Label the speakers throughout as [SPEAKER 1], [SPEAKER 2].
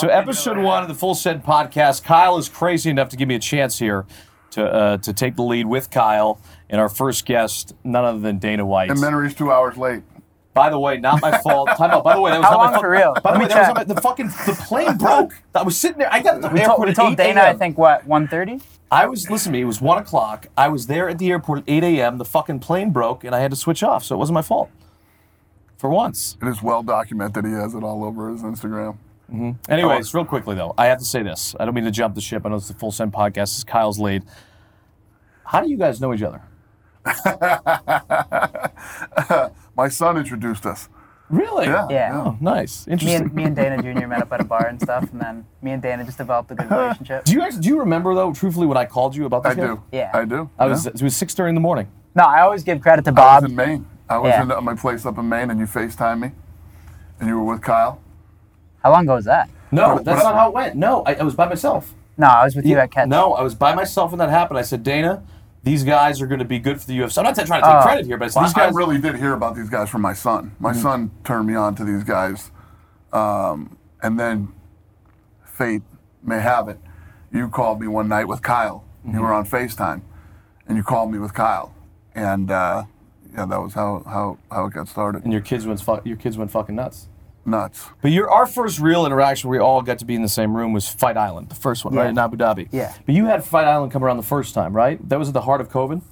[SPEAKER 1] to episode one of the Full Send podcast. Kyle is crazy enough to give me a chance here to uh, to take the lead with Kyle and our first guest, none other than Dana White.
[SPEAKER 2] And Memory's two hours late.
[SPEAKER 1] By the way, not my fault. Time out. By the way, that was
[SPEAKER 3] How
[SPEAKER 1] not
[SPEAKER 3] long
[SPEAKER 1] my fault.
[SPEAKER 3] for real?
[SPEAKER 1] By the
[SPEAKER 3] Let
[SPEAKER 1] way,
[SPEAKER 3] me
[SPEAKER 1] that was
[SPEAKER 3] check.
[SPEAKER 1] not my, the fucking the plane broke. I was sitting there. I got to the
[SPEAKER 3] We told,
[SPEAKER 1] airport
[SPEAKER 3] we
[SPEAKER 1] at
[SPEAKER 3] told
[SPEAKER 1] 8
[SPEAKER 3] Dana, I
[SPEAKER 1] a.m..
[SPEAKER 3] think, what, 1.30?
[SPEAKER 1] I was listen to me. It was one o'clock. I was there at the airport at eight a.m. The fucking plane broke, and I had to switch off, so it wasn't my fault. For once.
[SPEAKER 2] It is well documented. He has it all over his Instagram.
[SPEAKER 1] Anyways, real quickly though, I have to say this. I don't mean to jump the ship. I know it's the Full Send podcast. This is Kyle's lead. How do you guys know each other?
[SPEAKER 2] My son introduced us.
[SPEAKER 1] Really?
[SPEAKER 2] Yeah.
[SPEAKER 3] Yeah.
[SPEAKER 1] Oh, nice.
[SPEAKER 3] Me
[SPEAKER 1] Interesting.
[SPEAKER 3] and, me and Dana Jr. met up at a bar and stuff, and then me and Dana just developed a good relationship.
[SPEAKER 1] do you actually, do you remember though? Truthfully, when I called you about this?
[SPEAKER 2] I
[SPEAKER 1] guy?
[SPEAKER 2] do.
[SPEAKER 3] Yeah.
[SPEAKER 2] I do.
[SPEAKER 1] I was
[SPEAKER 2] Yeah.
[SPEAKER 1] it was six thirty in the morning.
[SPEAKER 3] No, I always give credit to
[SPEAKER 2] I was
[SPEAKER 3] Bob.
[SPEAKER 2] in Maine. I was
[SPEAKER 3] Yeah.
[SPEAKER 2] in uh, my place up in Maine, and you FaceTime me, and you were with Kyle.
[SPEAKER 3] How long ago was that?
[SPEAKER 1] No,
[SPEAKER 2] But-
[SPEAKER 1] that's
[SPEAKER 2] but-
[SPEAKER 1] not how it went. No, I, I was by myself.
[SPEAKER 3] No, I was with you at Catch.
[SPEAKER 1] No, I was by myself when that happened. I said, Dana, these guys are going to be good for the UFC. I'm not trying to take
[SPEAKER 3] Oh.
[SPEAKER 1] credit here, but I said, these
[SPEAKER 2] I-
[SPEAKER 1] guys. Mm-hmm.
[SPEAKER 2] I really did hear about these guys from my son. My son turned me on to these guys, um, and then fate may have it. You called me one night with Kyle.
[SPEAKER 1] Mm-hmm.
[SPEAKER 2] You were on Facetime, and you called me with Kyle, and uh, yeah, that was how how how it got started.
[SPEAKER 1] and your kids went fu- your kids went fucking nuts.
[SPEAKER 2] Nuts.
[SPEAKER 1] But your our first real interaction, where we all got to be in the same room, was Fight Island, the first one,
[SPEAKER 3] Yeah.
[SPEAKER 1] right in Abu Dhabi.
[SPEAKER 3] Yeah.
[SPEAKER 1] But you had Fight Island come around the first time, right? That was at the heart of COVID.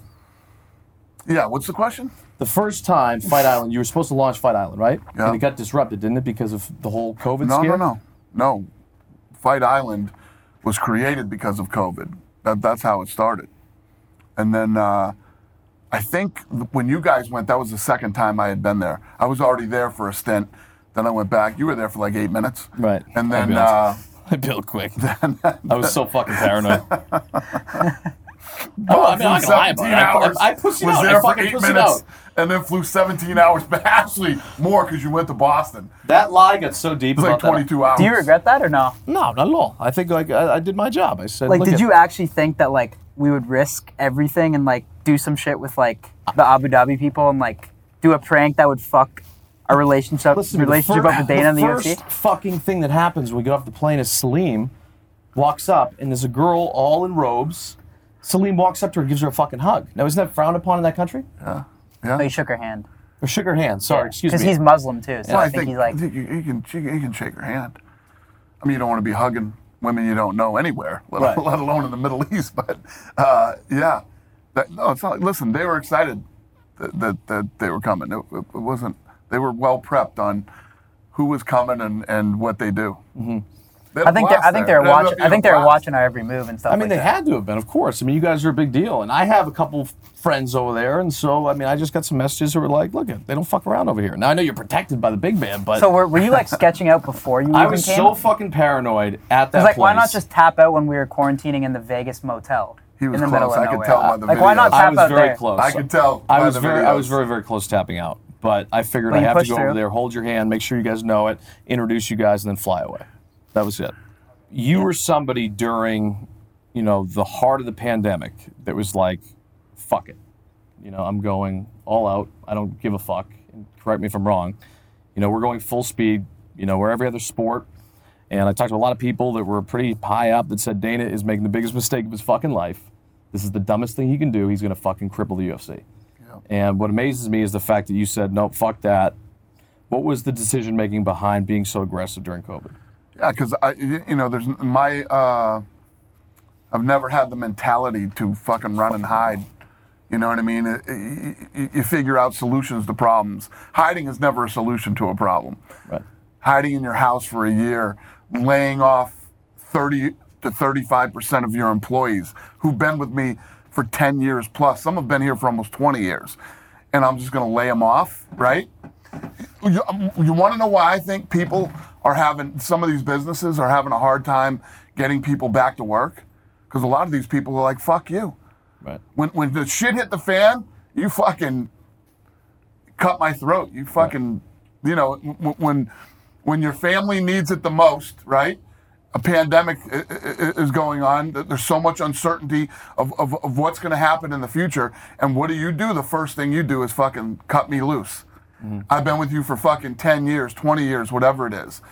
[SPEAKER 2] Yeah. What's the question?
[SPEAKER 1] The first time Fight Island, you were supposed to launch Fight Island, right?
[SPEAKER 2] Yeah.
[SPEAKER 1] And it got disrupted, didn't it, because of the whole COVID
[SPEAKER 2] No,
[SPEAKER 1] scare?
[SPEAKER 2] no, no, no. Fight Island was created because of COVID. That, that's how it started. And then uh, I think th- when you guys went, that was the second time I had been there. I was already there for a stint. Then I went back. You were there for like eight minutes.
[SPEAKER 1] Right.
[SPEAKER 2] And
[SPEAKER 1] I'll be
[SPEAKER 2] then uh,
[SPEAKER 1] honest. I built quick. I was so fucking paranoid. oh, I mean, I'm not gonna lie about it. I,
[SPEAKER 2] hours
[SPEAKER 1] I, I pussied
[SPEAKER 2] was
[SPEAKER 1] out.
[SPEAKER 2] there
[SPEAKER 1] I
[SPEAKER 2] for
[SPEAKER 1] fucking
[SPEAKER 2] eight
[SPEAKER 1] pussied out.
[SPEAKER 2] minutes. And then flew 17 hours, but actually more because you went to Boston.
[SPEAKER 1] That lie got so deep.
[SPEAKER 2] It was like
[SPEAKER 1] about that-
[SPEAKER 2] 22 hours.
[SPEAKER 3] Do you regret that or no?
[SPEAKER 1] No, not at all. I think like I, I did my job. I said,
[SPEAKER 3] Like,
[SPEAKER 1] look
[SPEAKER 3] did
[SPEAKER 1] at-
[SPEAKER 3] you actually think that, like, we would risk everything and, like, do some shit with, like, the Abu Dhabi people and, like, do a prank that would fuck our relationship,
[SPEAKER 1] listen to me, the
[SPEAKER 3] relationship
[SPEAKER 1] fir-
[SPEAKER 3] up with Dana and the
[SPEAKER 1] first
[SPEAKER 3] UFC?
[SPEAKER 1] fucking thing that happens when we get off the plane is Salim walks up and there's a girl all in robes. Salim walks up to her, and gives her a fucking hug. Now isn't that frowned upon in that country?
[SPEAKER 3] No, he shook her hand.
[SPEAKER 1] Or shook her hand. Sorry, excuse me.
[SPEAKER 3] Because he's Muslim, too, so
[SPEAKER 2] Well,
[SPEAKER 3] I, think, he's like,
[SPEAKER 2] you, you can she, you can shake her hand. I mean, you don't want to be hugging women you don't know anywhere, let,
[SPEAKER 1] Right.
[SPEAKER 2] let alone in the Middle East. But uh, yeah, that, no, it's not. Listen, they were excited that that, that they were coming. It, it wasn't. They were well prepped on who was coming and, and what they do. They had
[SPEAKER 3] Mm-hmm. I
[SPEAKER 2] a
[SPEAKER 3] think they're, I
[SPEAKER 2] blast there.
[SPEAKER 3] think they're
[SPEAKER 2] It ended up
[SPEAKER 3] watching. I
[SPEAKER 2] being
[SPEAKER 3] think
[SPEAKER 2] a
[SPEAKER 3] they're
[SPEAKER 2] blast.
[SPEAKER 3] watching our every move and stuff.
[SPEAKER 1] I mean,
[SPEAKER 3] like
[SPEAKER 1] they
[SPEAKER 3] that.
[SPEAKER 1] had to have been, of course. I mean, you guys are a big deal, and I have a couple f- friends over there, and so I mean, I just got some messages that were like, "Look, they don't fuck around over here." Now I know you're protected by the big man, but
[SPEAKER 3] So were, were you like sketching out before you even
[SPEAKER 1] Uh, I was
[SPEAKER 3] came?
[SPEAKER 1] so fucking paranoid at that
[SPEAKER 3] It's like, why
[SPEAKER 1] place.
[SPEAKER 3] not just tap out when we were quarantining in the Vegas motel?
[SPEAKER 2] He was
[SPEAKER 3] in the
[SPEAKER 2] close.
[SPEAKER 3] middle of
[SPEAKER 2] I could
[SPEAKER 3] nowhere?
[SPEAKER 2] tell by the
[SPEAKER 3] Like, why not
[SPEAKER 2] videos.
[SPEAKER 3] tap
[SPEAKER 1] I was
[SPEAKER 3] out
[SPEAKER 1] very
[SPEAKER 3] there?
[SPEAKER 1] close.
[SPEAKER 2] I could tell.
[SPEAKER 1] I
[SPEAKER 2] by
[SPEAKER 1] was
[SPEAKER 2] the
[SPEAKER 1] very, I was
[SPEAKER 2] videos.
[SPEAKER 1] very, very close tapping out, but I figured I
[SPEAKER 3] Well, you
[SPEAKER 1] have to
[SPEAKER 3] pushed
[SPEAKER 1] go
[SPEAKER 3] through.
[SPEAKER 1] over there, hold your hand, make sure you guys know it, introduce you guys, and then fly away. That was it. You were somebody during, you know, the heart of the pandemic that was like, "Fuck it," you know, I'm going all out. I don't give a fuck. And correct me if I'm wrong. You know, we're going full speed. You know, we're every other sport. And I talked to a lot of people that were pretty high up that said Dana is making the biggest mistake of his fucking life. This is the dumbest thing he can do. He's going to fucking cripple the UFC. And what amazes me is the fact that you said, nope, fuck that. What was the decision making behind being so aggressive during COVID?
[SPEAKER 2] Yeah, because I, y- you know, there's n- my. Uh, I've never had the mentality to fucking run and hide. You know what I mean? It- it- y- y- You figure out solutions to problems. Hiding is never a solution to a problem.
[SPEAKER 1] Right.
[SPEAKER 2] Hiding in your house for a year, laying off 30 to 35 percent of your employees who've been with me for 10 years plus. Some have been here for almost 20 years, and I'm just going to lay them off, right? you, um, you want to know why I think people are having some of these businesses are having a hard time getting people back to work? Because a lot of these people are like, "Fuck you."
[SPEAKER 1] Right.
[SPEAKER 2] When when the shit hit the fan, you fucking cut my throat. You fucking, you know, w- when when your family needs it the most, right? A pandemic i- i- i- is going on. Th- There's so much uncertainty of, of, of what's going to happen in the future. And what do you do? The first thing you do is fucking cut me loose. I've been with you for fucking 10 years, 20 years, whatever it is.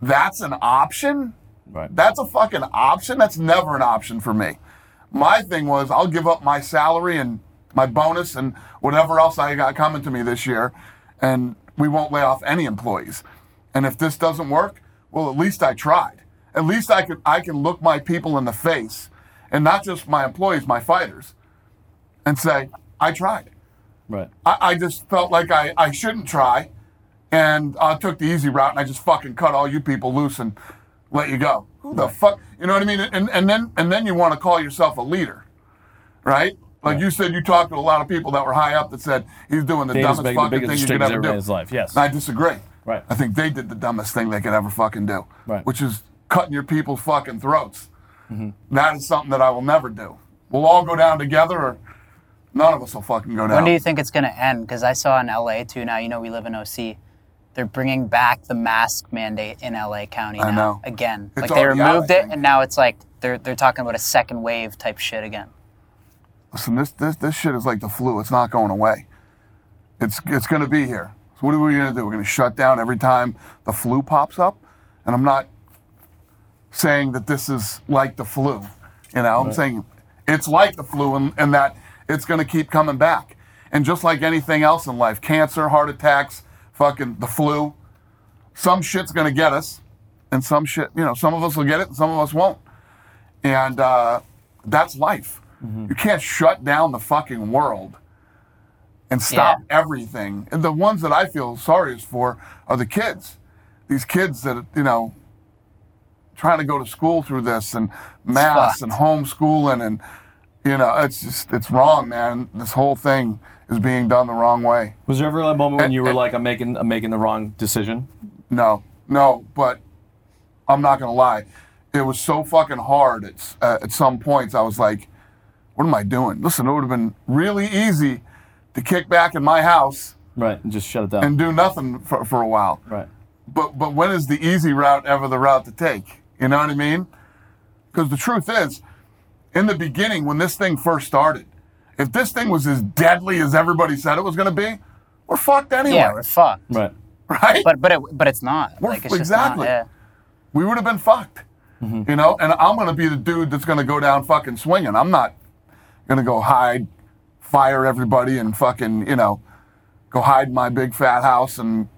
[SPEAKER 2] That's an option?
[SPEAKER 1] Right.
[SPEAKER 2] That's a fucking option. That's never an option for me. My thing was I'll give up my salary and my bonus and whatever else I got coming to me this year, and we won't lay off any employees. And if this doesn't work, well, at least I tried. At least I can I can look my people in the face, and not just my employees, my fighters, and say I tried.
[SPEAKER 1] Right.
[SPEAKER 2] I, I just felt like I, I shouldn't try, and I took the easy route and I just fucking cut all you people loose and let you go. Who the fuck? You know what I mean? And and then and then you want to call yourself a leader, right? Like you said, you talked to a lot of people that were high up that said he's doing the
[SPEAKER 1] Dana's
[SPEAKER 2] dumbest
[SPEAKER 1] making the
[SPEAKER 2] fucking
[SPEAKER 1] biggest
[SPEAKER 2] thing you could
[SPEAKER 1] mistakes
[SPEAKER 2] ever
[SPEAKER 1] ever
[SPEAKER 2] do.
[SPEAKER 1] made in his life, yes.
[SPEAKER 2] And I disagree.
[SPEAKER 1] Right.
[SPEAKER 2] I think they did the dumbest thing they could ever fucking do,
[SPEAKER 1] Right.
[SPEAKER 2] which is cutting your people's fucking throats.
[SPEAKER 1] Mm-hmm.
[SPEAKER 2] That is something that I will never do. We'll all go down together, or none of us will fucking go down.
[SPEAKER 3] When do you think it's going to end? Because I saw in LA too now, you know, we live in OC. They're bringing back the mask mandate in LA County now
[SPEAKER 2] I know.
[SPEAKER 3] again.
[SPEAKER 2] It's
[SPEAKER 3] like they
[SPEAKER 2] already out, I
[SPEAKER 3] removed it
[SPEAKER 2] think.
[SPEAKER 3] and now it's like they're, they're talking about a second wave type shit again.
[SPEAKER 2] Listen, this this this shit is like the flu. It's not going away. It's it's going to be here. So what are we going to do? We're going to shut down every time the flu pops up. And I'm not saying that this is like the flu. You know, I'm saying it's like the flu, and, and that it's going to keep coming back. And just like anything else in life, cancer, heart attacks, fucking the flu, some shit's going to get us, and some shit, you know, some of us will get it, and some of us won't and uh, that's life. You can't shut down the fucking world and stop everything. And the ones that I feel sorriest for are the kids. These kids that you know trying to go to school through this and mass
[SPEAKER 3] fucked.
[SPEAKER 2] and homeschooling and you know it's just it's wrong, man. This whole thing is being done the wrong way.
[SPEAKER 1] Was there ever a moment when you were
[SPEAKER 2] and-
[SPEAKER 1] like, I'm making, I'm making the wrong decision?
[SPEAKER 2] No, no, but I'm not gonna lie. It was so fucking hard. At, s- uh, at some points, I was like, "What am I doing?" Listen, it would have been really easy to kick back in my house
[SPEAKER 1] Right. And just shut it down.
[SPEAKER 2] and do nothing for, for a while.
[SPEAKER 1] right.
[SPEAKER 2] But but when is the easy route ever the route to take? You know what I mean? Because the truth is, in the beginning, when this thing first started, if this thing was as deadly as everybody said it was gonna be, we're fucked anyway,
[SPEAKER 3] Yeah, we're fucked.
[SPEAKER 1] Right.
[SPEAKER 2] right?
[SPEAKER 3] But but it, but it's not.
[SPEAKER 2] We're-
[SPEAKER 3] Like, it's just not,
[SPEAKER 2] exactly.
[SPEAKER 3] yeah.
[SPEAKER 2] we would have been fucked.
[SPEAKER 3] Mm-hmm.
[SPEAKER 2] You know, and I'm going to be the dude that's going to go down fucking swinging. I'm not going to go hide, fire everybody, and fucking, you know, go hide in my big fat house and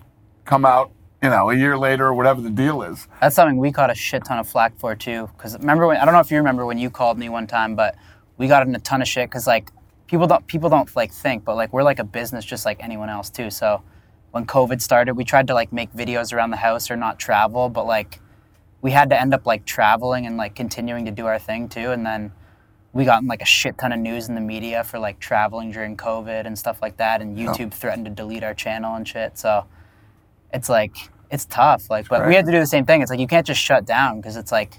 [SPEAKER 2] come out, you know, a year later or whatever the deal is.
[SPEAKER 3] That's something we caught a shit ton of flack for too. Because remember when I don't know if you remember when you called me one time, but we got in a ton of shit because like people don't people don't like think, but like we're like a business just like anyone else too. So when COVID started, we tried to like make videos around the house or not travel, but like we had to end up like traveling and like continuing to do our thing too. And then we got in like a shit ton of news in the media for like traveling during COVID and stuff like that.
[SPEAKER 1] Oh.
[SPEAKER 3] And YouTube threatened to delete our channel and shit. So it's like it's tough. Like, but we had to do the same thing. It's like you can't just shut down because it's like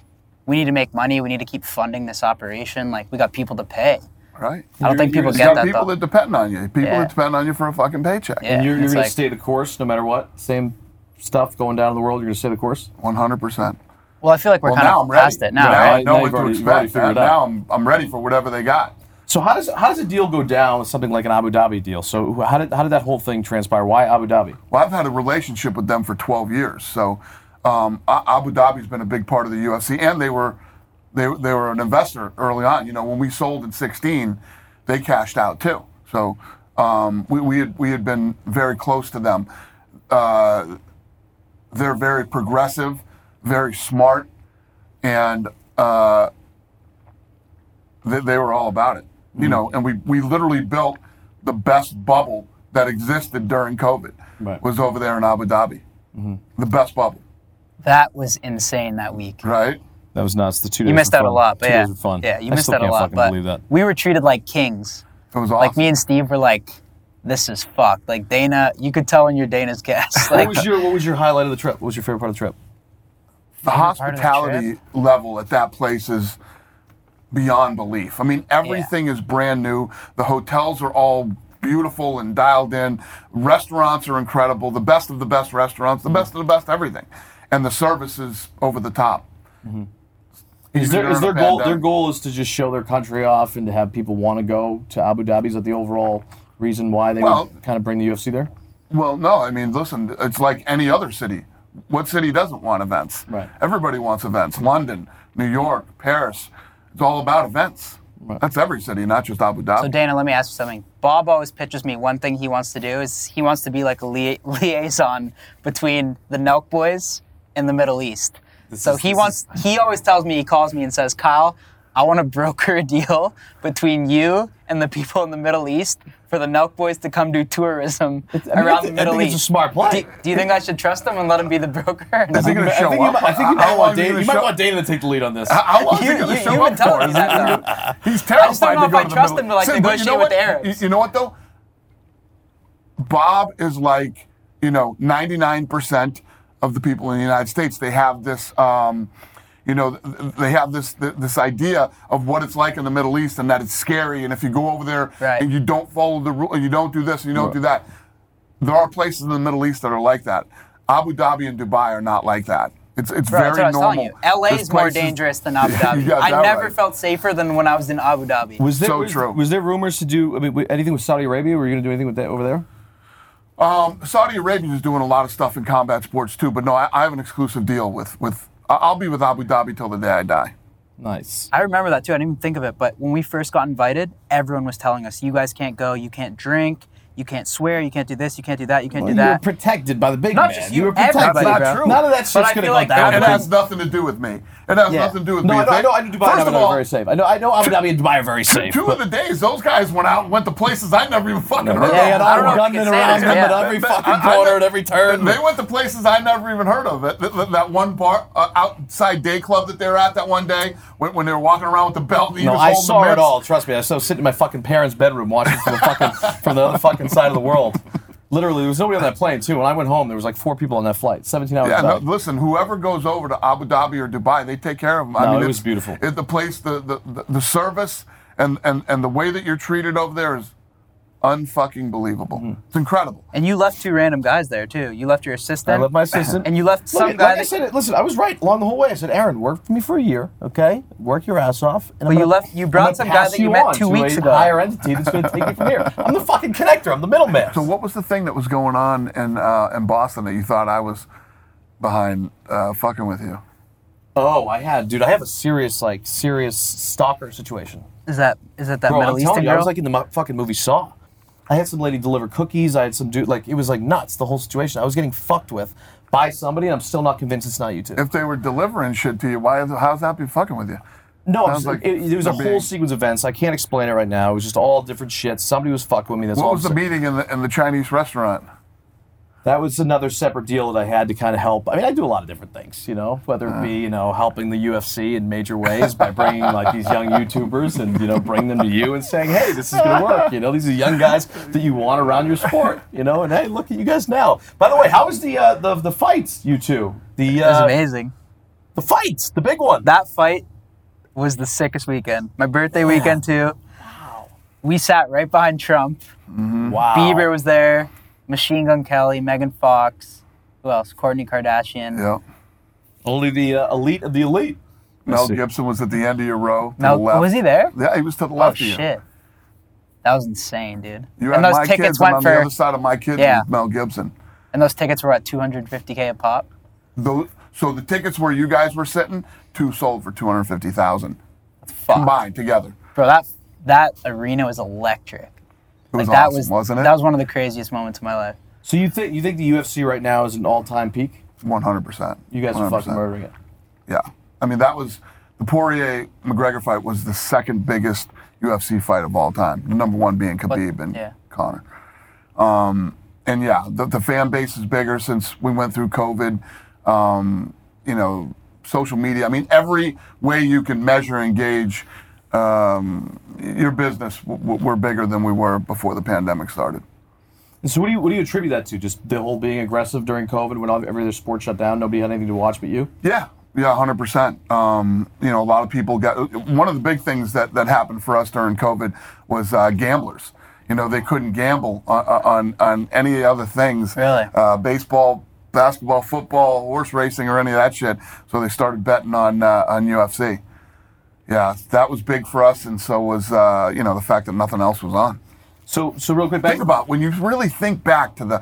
[SPEAKER 3] we need to make money. We need to keep funding this operation. Like we got people to pay.
[SPEAKER 2] Right?
[SPEAKER 3] I don't think people
[SPEAKER 2] You
[SPEAKER 3] get
[SPEAKER 2] got
[SPEAKER 3] that
[SPEAKER 2] people
[SPEAKER 3] though.
[SPEAKER 2] that depend on you. People
[SPEAKER 3] Yeah.
[SPEAKER 2] that depend on you for a fucking paycheck.
[SPEAKER 3] Yeah,
[SPEAKER 1] And you're, you're
[SPEAKER 3] it's
[SPEAKER 1] going
[SPEAKER 3] like-
[SPEAKER 1] to stay the course no matter what. Same stuff going down in the world. You're going to stay the course.
[SPEAKER 2] 100%.
[SPEAKER 3] well, I feel like we're
[SPEAKER 2] Well,
[SPEAKER 3] kind
[SPEAKER 2] now
[SPEAKER 3] of
[SPEAKER 2] I'm ready.
[SPEAKER 3] past it now.
[SPEAKER 1] Yeah.
[SPEAKER 2] I
[SPEAKER 1] right?
[SPEAKER 2] know
[SPEAKER 1] Now
[SPEAKER 2] what
[SPEAKER 1] you've
[SPEAKER 2] to
[SPEAKER 1] already- you've already
[SPEAKER 2] expect.
[SPEAKER 1] figured it out.
[SPEAKER 2] Now I'm, I'm ready for whatever they got.
[SPEAKER 1] So how does how does a deal go down with something like an Abu Dhabi deal? So wh- how did how did that whole thing transpire? Why Abu Dhabi?
[SPEAKER 2] Well, I've had a relationship with them for 12 years. So um, A- Abu Dhabi's been a big part of the UFC, and they were they, they were an investor early on. You know, when we sold in 16, they cashed out too. So um, we, we had we had been very close to them. Uh, they're very progressive, very smart, and uh, they, they were all about it. You know, and we, we literally built the best bubble that existed during COVID.
[SPEAKER 1] Right.
[SPEAKER 2] Was over there in Abu Dhabi, the best bubble,
[SPEAKER 3] That was insane that week.
[SPEAKER 2] right?
[SPEAKER 1] That was nuts. The two days
[SPEAKER 3] You missed
[SPEAKER 1] were
[SPEAKER 3] out a
[SPEAKER 1] fun.
[SPEAKER 3] lot, but
[SPEAKER 1] two
[SPEAKER 3] yeah,
[SPEAKER 1] days were fun.
[SPEAKER 3] yeah, you
[SPEAKER 1] I
[SPEAKER 3] missed
[SPEAKER 1] still
[SPEAKER 3] out a
[SPEAKER 1] can't
[SPEAKER 3] lot.
[SPEAKER 1] fucking
[SPEAKER 3] But
[SPEAKER 1] believe that.
[SPEAKER 3] we were treated like kings.
[SPEAKER 2] It was awesome.
[SPEAKER 3] Like me and Steve were like, "This is fucked." Like Dana, you could tell in your Dana's gas.
[SPEAKER 1] What
[SPEAKER 3] Like
[SPEAKER 1] was your what was your highlight of the trip? What was your favorite part of the trip?
[SPEAKER 2] the
[SPEAKER 3] part of the
[SPEAKER 2] hospitality level at that place is beyond belief. I mean, everything is brand new. The hotels are all beautiful and dialed in. Restaurants are incredible. The best of the best restaurants, the best of the best everything, and the service is over the top.
[SPEAKER 1] Is
[SPEAKER 2] Even
[SPEAKER 1] their, is
[SPEAKER 2] during
[SPEAKER 1] their
[SPEAKER 2] the
[SPEAKER 1] goal their
[SPEAKER 2] pandemic.
[SPEAKER 1] goal is to just show their country off and to have people want to go to Abu Dhabi? Is that the overall reason why they
[SPEAKER 2] Well-
[SPEAKER 1] would kind of bring the UFC there?
[SPEAKER 2] Well, no, I mean, listen, it's like any other city. What city doesn't want events?
[SPEAKER 1] Right.
[SPEAKER 2] Everybody wants events. London, New York, Paris. It's all about events. That's every city, not just Abu Dhabi.
[SPEAKER 3] So Dana, let me ask you something. Bob always pitches me one thing he wants to do is he wants to be like a lia- liaison between the Nelk boys and the Middle East. so
[SPEAKER 1] is-
[SPEAKER 3] he
[SPEAKER 1] this
[SPEAKER 3] wants he always tells me he calls me and says, "Kyle, I want to broker a deal between you and the people in the Middle East for the Nelk boys to come do tourism
[SPEAKER 1] I mean,
[SPEAKER 3] around
[SPEAKER 1] I
[SPEAKER 3] the
[SPEAKER 1] thi-
[SPEAKER 3] Middle
[SPEAKER 1] I think
[SPEAKER 3] East."
[SPEAKER 1] it's a smart play.
[SPEAKER 3] Do, do you think I should trust him and let him be the broker?
[SPEAKER 2] Is he gonna
[SPEAKER 1] I
[SPEAKER 2] show
[SPEAKER 1] think, you,
[SPEAKER 2] up?
[SPEAKER 1] might- I think you
[SPEAKER 2] How
[SPEAKER 1] might
[SPEAKER 2] long
[SPEAKER 1] want
[SPEAKER 2] is he
[SPEAKER 1] Dana,
[SPEAKER 2] gonna
[SPEAKER 1] you might
[SPEAKER 2] show-
[SPEAKER 1] want Dana to take the lead on this.
[SPEAKER 2] How long
[SPEAKER 3] You-
[SPEAKER 2] is he going
[SPEAKER 3] you-
[SPEAKER 2] to show
[SPEAKER 3] you
[SPEAKER 2] up
[SPEAKER 3] would tell
[SPEAKER 2] for?
[SPEAKER 3] him that,
[SPEAKER 2] He's terrified
[SPEAKER 3] just don't know
[SPEAKER 2] to
[SPEAKER 3] if
[SPEAKER 2] go
[SPEAKER 3] I
[SPEAKER 2] to the
[SPEAKER 3] trust
[SPEAKER 2] Middle-
[SPEAKER 3] him to, like,
[SPEAKER 2] See, but
[SPEAKER 3] negotiate
[SPEAKER 2] you know
[SPEAKER 3] with
[SPEAKER 2] what?
[SPEAKER 3] the Arabs.
[SPEAKER 2] You, you know what though? Bob is like, you know, 99% of the people in the United States. They have this, um, you know, th- th- they have this th- this idea of what it's like in the Middle East and that it's scary. And if you go over there
[SPEAKER 3] Right.
[SPEAKER 2] and you don't follow the rule, and you don't do this, and you don't do that. There are places in the Middle East that are like that. Abu Dhabi and Dubai are not like that. It's it's
[SPEAKER 3] Bro,
[SPEAKER 2] very
[SPEAKER 3] that's what I was
[SPEAKER 2] normal.
[SPEAKER 3] telling you. LA
[SPEAKER 2] There's
[SPEAKER 3] is more
[SPEAKER 2] places-
[SPEAKER 3] dangerous than Abu Dhabi.
[SPEAKER 2] You got
[SPEAKER 3] I
[SPEAKER 2] that
[SPEAKER 3] never
[SPEAKER 2] right.
[SPEAKER 3] felt safer than when I was in Abu Dhabi.
[SPEAKER 1] Was there
[SPEAKER 2] So
[SPEAKER 1] was,
[SPEAKER 2] true.
[SPEAKER 1] was there rumors to do I mean, w- anything with Saudi Arabia? Were you going to do anything with that over there?
[SPEAKER 2] Um, Saudi Arabia is doing a lot of stuff in combat sports too, but no, I, I have an exclusive deal with with. I- I'll be with Abu Dhabi till the day I die.
[SPEAKER 1] Nice.
[SPEAKER 3] I remember that too. I didn't even think of it, but when we first got invited, everyone was telling us, "You guys can't go. You can't drink. You can't swear. You can't do this. You can't do that. You can't
[SPEAKER 1] Well,
[SPEAKER 3] do that."
[SPEAKER 1] You were protected by the big
[SPEAKER 3] Not
[SPEAKER 1] man.
[SPEAKER 3] just
[SPEAKER 1] you
[SPEAKER 3] you,
[SPEAKER 1] were protected.
[SPEAKER 3] everybody,
[SPEAKER 1] That's
[SPEAKER 3] bro.
[SPEAKER 1] None of that's
[SPEAKER 3] But I
[SPEAKER 1] just going to
[SPEAKER 3] feel
[SPEAKER 1] go
[SPEAKER 3] like
[SPEAKER 1] down.
[SPEAKER 2] It
[SPEAKER 3] Abu
[SPEAKER 1] Big-
[SPEAKER 3] Dhabi-
[SPEAKER 2] has nothing to do with me. It has
[SPEAKER 1] Yeah.
[SPEAKER 2] nothing to do with
[SPEAKER 1] no,
[SPEAKER 2] me.
[SPEAKER 1] I know,
[SPEAKER 2] They-
[SPEAKER 1] I know, I know Dubai and
[SPEAKER 2] First
[SPEAKER 1] Abu
[SPEAKER 2] of
[SPEAKER 1] Dhabi
[SPEAKER 2] all,
[SPEAKER 1] are very safe. I know, I know Abu Dhabi and Dubai are very safe.
[SPEAKER 2] two
[SPEAKER 1] but-
[SPEAKER 2] of the days those guys went out and went to places I never even fucking heard
[SPEAKER 1] they had
[SPEAKER 2] of.
[SPEAKER 3] I don't know
[SPEAKER 1] all
[SPEAKER 3] if
[SPEAKER 1] gunmen
[SPEAKER 3] you can say
[SPEAKER 1] around
[SPEAKER 3] that,
[SPEAKER 1] them
[SPEAKER 3] yeah.
[SPEAKER 1] at every
[SPEAKER 2] But- but
[SPEAKER 1] fucking
[SPEAKER 2] I- I
[SPEAKER 1] corner
[SPEAKER 2] know-
[SPEAKER 1] at every turn.
[SPEAKER 2] They went to places I never even heard of. That, that, that one bar uh, outside day club that they were at that one day when, when they were walking around with the belt. and he
[SPEAKER 1] No,
[SPEAKER 2] was
[SPEAKER 1] I
[SPEAKER 2] holding the
[SPEAKER 1] saw it
[SPEAKER 2] mitts.
[SPEAKER 1] all. Trust me, I was still sitting in my fucking parents' bedroom watching from the fucking from the other fucking side of the world. Literally, there was nobody on that plane too. When I went home, there was like four people on that flight, seventeen hours.
[SPEAKER 2] Yeah, no,
[SPEAKER 1] back.
[SPEAKER 2] listen, whoever goes over to Abu Dhabi or Dubai, they take care of them.
[SPEAKER 1] No,
[SPEAKER 2] I mean,
[SPEAKER 1] it
[SPEAKER 2] it's-
[SPEAKER 1] was beautiful.
[SPEAKER 2] It, the place, the, the, the, the service, and, and, and the way that you're treated over there is unfucking believable.
[SPEAKER 1] Mm-hmm.
[SPEAKER 2] It's incredible.
[SPEAKER 3] and you left two random guys there too. You left your assistant.
[SPEAKER 1] I left my assistant.
[SPEAKER 3] And you left
[SPEAKER 1] Look,
[SPEAKER 3] some
[SPEAKER 1] like
[SPEAKER 3] guy.
[SPEAKER 1] I
[SPEAKER 3] that-
[SPEAKER 1] said, it, listen, I was right along the whole way. I said, Aaron, work for me for a year, okay? Work your ass off. And
[SPEAKER 3] But you left- you brought some guy that you met two weeks
[SPEAKER 1] a
[SPEAKER 3] ago.
[SPEAKER 1] Higher entity that's going to take you from here. I'm the fucking connector. I'm the middleman.
[SPEAKER 2] So, what was the thing that was going on in, uh, in Boston that you thought I was behind uh, fucking with you?
[SPEAKER 1] Oh, I had, dude. I have a serious, like, serious stalker situation.
[SPEAKER 3] is that is that that
[SPEAKER 1] Bro, I'm
[SPEAKER 3] Middle
[SPEAKER 1] telling
[SPEAKER 3] Eastern
[SPEAKER 1] you,
[SPEAKER 3] girl?
[SPEAKER 1] I was like in the mo- fucking movie Saw. I had some lady deliver cookies. I had some dude. Like it was like nuts. The whole situation. I was getting fucked with by somebody, and I'm still not convinced it's not you two.
[SPEAKER 2] If they were delivering shit to you, why? Is, how's that be fucking with you?
[SPEAKER 1] No, I'm
[SPEAKER 2] Sounds
[SPEAKER 1] like
[SPEAKER 2] like
[SPEAKER 1] it, it was a
[SPEAKER 2] they're
[SPEAKER 1] whole
[SPEAKER 2] being-
[SPEAKER 1] sequence of events. I can't explain it right now. It was just all different shit. Somebody was fucking with me. That's all
[SPEAKER 2] What
[SPEAKER 1] I'm
[SPEAKER 2] was the
[SPEAKER 1] saying.
[SPEAKER 2] meeting in the, in the Chinese restaurant?
[SPEAKER 1] that was another separate deal that I had to kind of help. I mean, I do a lot of different things, you know, whether it
[SPEAKER 2] Uh.
[SPEAKER 1] be you know helping the UFC in major ways by bringing like these young YouTubers and you know bring them to you and saying, hey, this is gonna work. You know, these are young guys that you want around your sport. You know, and hey, look at you guys now. By the way, how was the uh, the the fights, you two? The
[SPEAKER 3] it was
[SPEAKER 1] uh,
[SPEAKER 3] amazing.
[SPEAKER 1] the fights, the big one.
[SPEAKER 3] That fight was the sickest weekend. My birthday weekend too. Wow. We sat right behind Trump.
[SPEAKER 1] wow,
[SPEAKER 2] Oh.
[SPEAKER 3] Bieber was there. Machine Gun Kelly, Megan Fox. Who else? Courtney Kardashian.
[SPEAKER 2] Yeah.
[SPEAKER 1] only the uh, elite of the elite.
[SPEAKER 2] Mel
[SPEAKER 1] see.
[SPEAKER 2] Gibson was at the end of your row. To
[SPEAKER 3] Mel,
[SPEAKER 2] the left.
[SPEAKER 3] was he there?
[SPEAKER 2] Yeah, he was to the
[SPEAKER 3] Oh
[SPEAKER 2] left of you.
[SPEAKER 3] shit. That was insane, dude.
[SPEAKER 2] You
[SPEAKER 3] and
[SPEAKER 2] had
[SPEAKER 3] those
[SPEAKER 2] my
[SPEAKER 3] tickets
[SPEAKER 2] kids, and
[SPEAKER 3] went
[SPEAKER 2] on the
[SPEAKER 3] for
[SPEAKER 2] other side of my kids
[SPEAKER 3] Yeah.
[SPEAKER 2] was Mel Gibson.
[SPEAKER 3] and those tickets were at 250k a pop.
[SPEAKER 2] Tho- so the tickets where you guys were sitting, two sold for two hundred fifty thousand combined together.
[SPEAKER 3] Bro, that that arena was electric.
[SPEAKER 2] It was
[SPEAKER 3] like that
[SPEAKER 2] awesome,
[SPEAKER 3] was
[SPEAKER 2] wasn't it?
[SPEAKER 3] That was one of the craziest moments of my life.
[SPEAKER 1] So you think you think the UFC right now is an all time peak?
[SPEAKER 2] one hundred percent.
[SPEAKER 1] You guys are fucking murdering it.
[SPEAKER 2] Yeah, I mean that was the Poirier McGregor fight was the second biggest UFC fight of all time. The number one being Khabib and
[SPEAKER 3] yeah.
[SPEAKER 2] Connor. Um, and yeah, the, the fan base is bigger since we went through COVID. Um, you know, social media. I mean, every way you can measure and gauge um, your business, w- w- we're bigger than we were before the pandemic started.
[SPEAKER 1] And so, what do you what do you attribute that to? Just the whole being aggressive during COVID, when all, every other sport shut down, nobody had anything to watch but you.
[SPEAKER 2] Yeah, yeah, hundred percent. Um, you know, a lot of people got. One of the big things that that happened for us during COVID was uh, gamblers. You know, they couldn't gamble on on, on any other things.
[SPEAKER 3] Really?
[SPEAKER 2] Uh, baseball, basketball, football, horse racing, or any of that shit. So they started betting on uh, on UFC. Yeah, that was big for us, and so was uh, you know the fact that nothing else was on
[SPEAKER 1] So, so real quick, back
[SPEAKER 2] think about when you really think back to the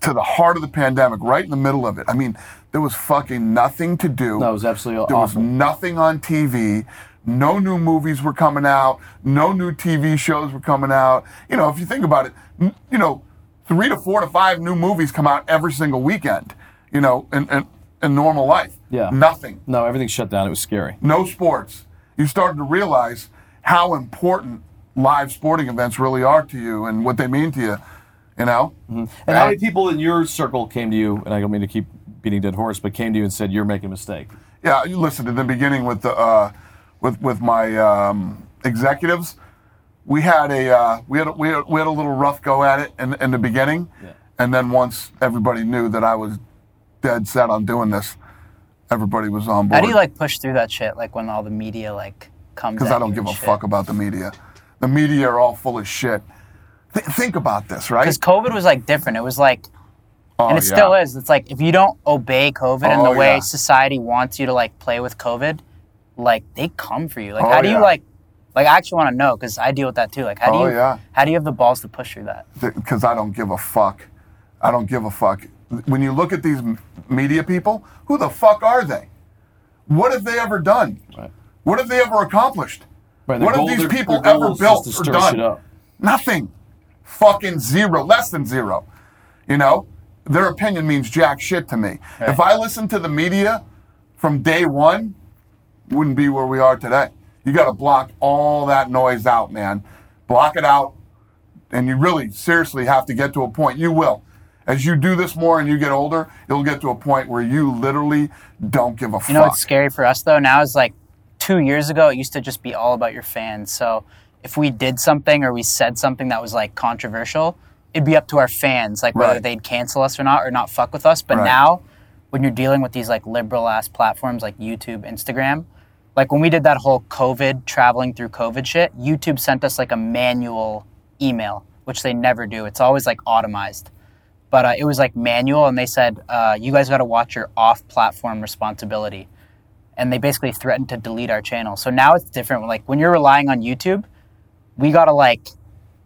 [SPEAKER 2] to the heart of the pandemic, right in the middle of it. I mean, there was fucking nothing to do.
[SPEAKER 1] No, it was absolutely
[SPEAKER 2] there
[SPEAKER 1] awful.
[SPEAKER 2] was nothing on TV. No new movies were coming out. No new TV shows were coming out. You know, if you think about it, n- you know, three to four to five new movies come out every single weekend. You know, in in, in normal life,
[SPEAKER 1] Yeah.
[SPEAKER 2] nothing
[SPEAKER 1] no, everything shut down. It was scary.
[SPEAKER 2] no sports, you started to realize how important live sporting events really are to you and what they mean to you. You know,
[SPEAKER 1] And how many people in your circle came to you? And I don't mean to keep beating dead horse, but came to you and said you're making a mistake.
[SPEAKER 2] yeah. You listen to the beginning with the uh, with with my um, executives. We had a uh, we had a, we had, we had a little rough go at it in, in the beginning,
[SPEAKER 1] Yeah.
[SPEAKER 2] and then once everybody knew that I was dead set on doing this, everybody was on board.
[SPEAKER 3] How do you like push through that shit? Like when all the media like comes.
[SPEAKER 2] because
[SPEAKER 3] at
[SPEAKER 2] I don't
[SPEAKER 3] you
[SPEAKER 2] give
[SPEAKER 3] and
[SPEAKER 2] a
[SPEAKER 3] shit?
[SPEAKER 2] fuck about the media. The media are all full of shit. Th- think about this, right?
[SPEAKER 3] Because COVID was like different. It was like,
[SPEAKER 2] Oh,
[SPEAKER 3] and it still
[SPEAKER 2] yeah.
[SPEAKER 3] is. It's like if you don't obey COVID and
[SPEAKER 2] Oh,
[SPEAKER 3] the way
[SPEAKER 2] yeah.
[SPEAKER 3] society wants you to like play with COVID, like they come for you. Like
[SPEAKER 2] Oh,
[SPEAKER 3] how do
[SPEAKER 2] yeah.
[SPEAKER 3] you like? Like I actually want to know because I deal with that too. Like how do
[SPEAKER 2] Oh,
[SPEAKER 3] you?
[SPEAKER 2] yeah.
[SPEAKER 3] How do you have the balls to push through that?
[SPEAKER 2] because I don't give a fuck. I don't give a fuck. When you look at these m- media people, who the fuck are they? What have they ever done?
[SPEAKER 1] Right.
[SPEAKER 2] What have they ever accomplished?
[SPEAKER 1] Right, their
[SPEAKER 2] what
[SPEAKER 1] goal-
[SPEAKER 2] have these
[SPEAKER 1] their-
[SPEAKER 2] people
[SPEAKER 1] their goal
[SPEAKER 2] ever
[SPEAKER 1] is
[SPEAKER 2] built
[SPEAKER 1] just to
[SPEAKER 2] or
[SPEAKER 1] stir
[SPEAKER 2] done?
[SPEAKER 1] shit up.
[SPEAKER 2] Nothing. Fucking zero. Less than zero. You know, their opinion means jack shit to me. If I listened to the media from day one, wouldn't be where we are today. You got to block all that noise out, man. Block it out. And you really seriously have to get to a point. You will. As you do this more and you get older, you'll get to a point where you literally don't give a
[SPEAKER 3] You
[SPEAKER 2] fuck.
[SPEAKER 3] know what's scary for us though now is like two years ago it used to just be all about your fans. So if we did something or we said something that was like controversial, it'd be up to our fans, like whether
[SPEAKER 2] Right.
[SPEAKER 3] they'd cancel us or not or not fuck with us. But
[SPEAKER 2] Right.
[SPEAKER 3] now when you're dealing with these like liberal ass platforms like YouTube, Instagram, like when we did that whole COVID traveling through COVID shit, YouTube sent us like a manual email, which they never do. It's always like automized but uh, it was like manual and they said uh, you guys got to watch your off-platform responsibility and they basically threatened to delete our channel so now it's different like when you're relying on youtube we gotta like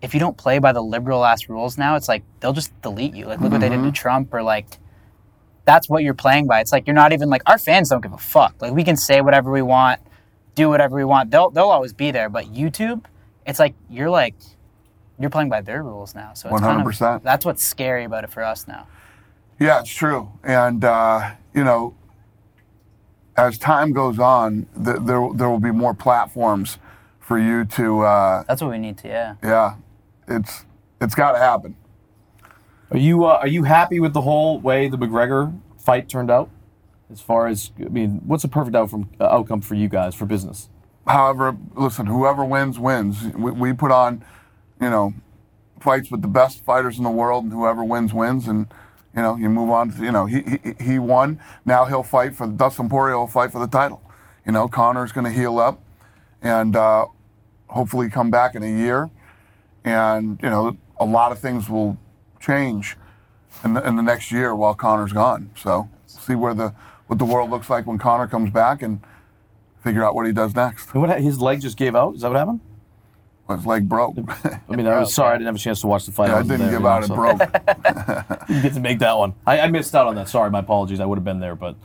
[SPEAKER 3] if you don't play by the liberal ass rules now it's like they'll just delete you like look what they
[SPEAKER 2] Mm-hmm.
[SPEAKER 3] did to trump or like that's what you're playing by it's like you're not even like our fans don't give a fuck like we can say whatever we want do whatever we want they'll they'll always be there but youtube it's like you're like you're playing by their rules now so it's kind
[SPEAKER 2] 100%.
[SPEAKER 3] of, that's what's scary about it for us now
[SPEAKER 2] Yeah, it's true. And uh, you know, as time goes on, th- there there will be more platforms for you to. Uh,
[SPEAKER 3] That's what we need to, yeah.
[SPEAKER 2] yeah, it's it's got to happen.
[SPEAKER 1] Are you uh, are you happy with the whole way the McGregor fight turned out? As far as I mean, what's a perfect outcome uh, outcome for you guys for business?
[SPEAKER 2] However, listen, whoever wins wins. We, we put on, you know, fights with the best fighters in the world, and whoever wins wins. And you know, you move on. To, you know, he, he he won. Now he'll fight for Dustin Poirier. Will fight for the title. You know, Connor's going to heal up, and uh, hopefully come back in a year. And you know, a lot of things will change in the, in the next year while Connor's gone. So see where the what the world looks like when Connor comes back, and figure out what he does next.
[SPEAKER 1] What ha- his leg just gave out? Is that what happened?
[SPEAKER 2] His leg broke.
[SPEAKER 1] I mean, I
[SPEAKER 3] broke,
[SPEAKER 1] was sorry I didn't have a chance to watch the fight.
[SPEAKER 2] I
[SPEAKER 1] wasn't
[SPEAKER 2] didn't
[SPEAKER 1] there,
[SPEAKER 2] give
[SPEAKER 1] you know,
[SPEAKER 2] out. It
[SPEAKER 1] so-
[SPEAKER 2] broke.
[SPEAKER 1] Didn't get to make that one. I, I missed out on that. Sorry, my apologies. I would have been there, but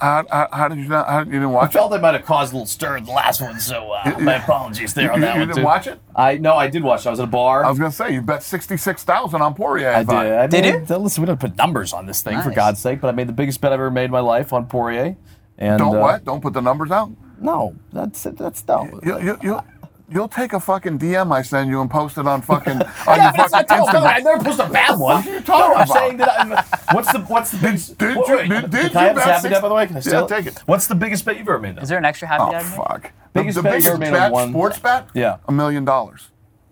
[SPEAKER 2] how, how, how did you not? How, you didn't watch it?
[SPEAKER 1] felt I might have caused a little stir in the last one. So uh, my apologies there
[SPEAKER 2] You,
[SPEAKER 1] on that
[SPEAKER 2] you
[SPEAKER 1] one
[SPEAKER 2] didn't
[SPEAKER 1] too.
[SPEAKER 2] watch it?
[SPEAKER 1] I no, I did watch. it. I was at a bar.
[SPEAKER 2] I was gonna say you bet sixty-six thousand on Poirier.
[SPEAKER 1] I did.
[SPEAKER 2] thought.
[SPEAKER 1] I
[SPEAKER 3] Did
[SPEAKER 1] made-
[SPEAKER 3] you?
[SPEAKER 1] th- Listen, we don't put numbers on this thing for
[SPEAKER 3] Nice.
[SPEAKER 1] God's sake, but I made the biggest bet I've ever made in my life on Poirier. And
[SPEAKER 2] Don't
[SPEAKER 1] uh,
[SPEAKER 2] what? Don't put the numbers out.
[SPEAKER 1] No, that's that's no.
[SPEAKER 2] You, you, you, you'll take a fucking DM I send you and post it on fucking on your fucking Instagram.
[SPEAKER 1] never post a bad one. What are you
[SPEAKER 2] talking
[SPEAKER 1] I'm
[SPEAKER 2] about?
[SPEAKER 1] saying that I'm, what's the what's the biggest?
[SPEAKER 2] did
[SPEAKER 1] wait,
[SPEAKER 2] you-
[SPEAKER 1] wait,
[SPEAKER 2] did- did
[SPEAKER 1] can I
[SPEAKER 2] you
[SPEAKER 1] have this
[SPEAKER 2] bet
[SPEAKER 1] happy dad, by the way? Can I
[SPEAKER 2] six-
[SPEAKER 1] steal
[SPEAKER 2] yeah, take it.
[SPEAKER 1] What's the biggest bet you've ever made? Though?
[SPEAKER 3] Is there an extra happy
[SPEAKER 2] Oh
[SPEAKER 3] dad? in here?
[SPEAKER 2] fuck!
[SPEAKER 1] Biggest
[SPEAKER 2] the, the
[SPEAKER 1] bet you
[SPEAKER 2] biggest
[SPEAKER 1] ever made on
[SPEAKER 2] bet,
[SPEAKER 1] one-
[SPEAKER 2] sports bet?
[SPEAKER 1] Yeah.
[SPEAKER 2] a million dollars.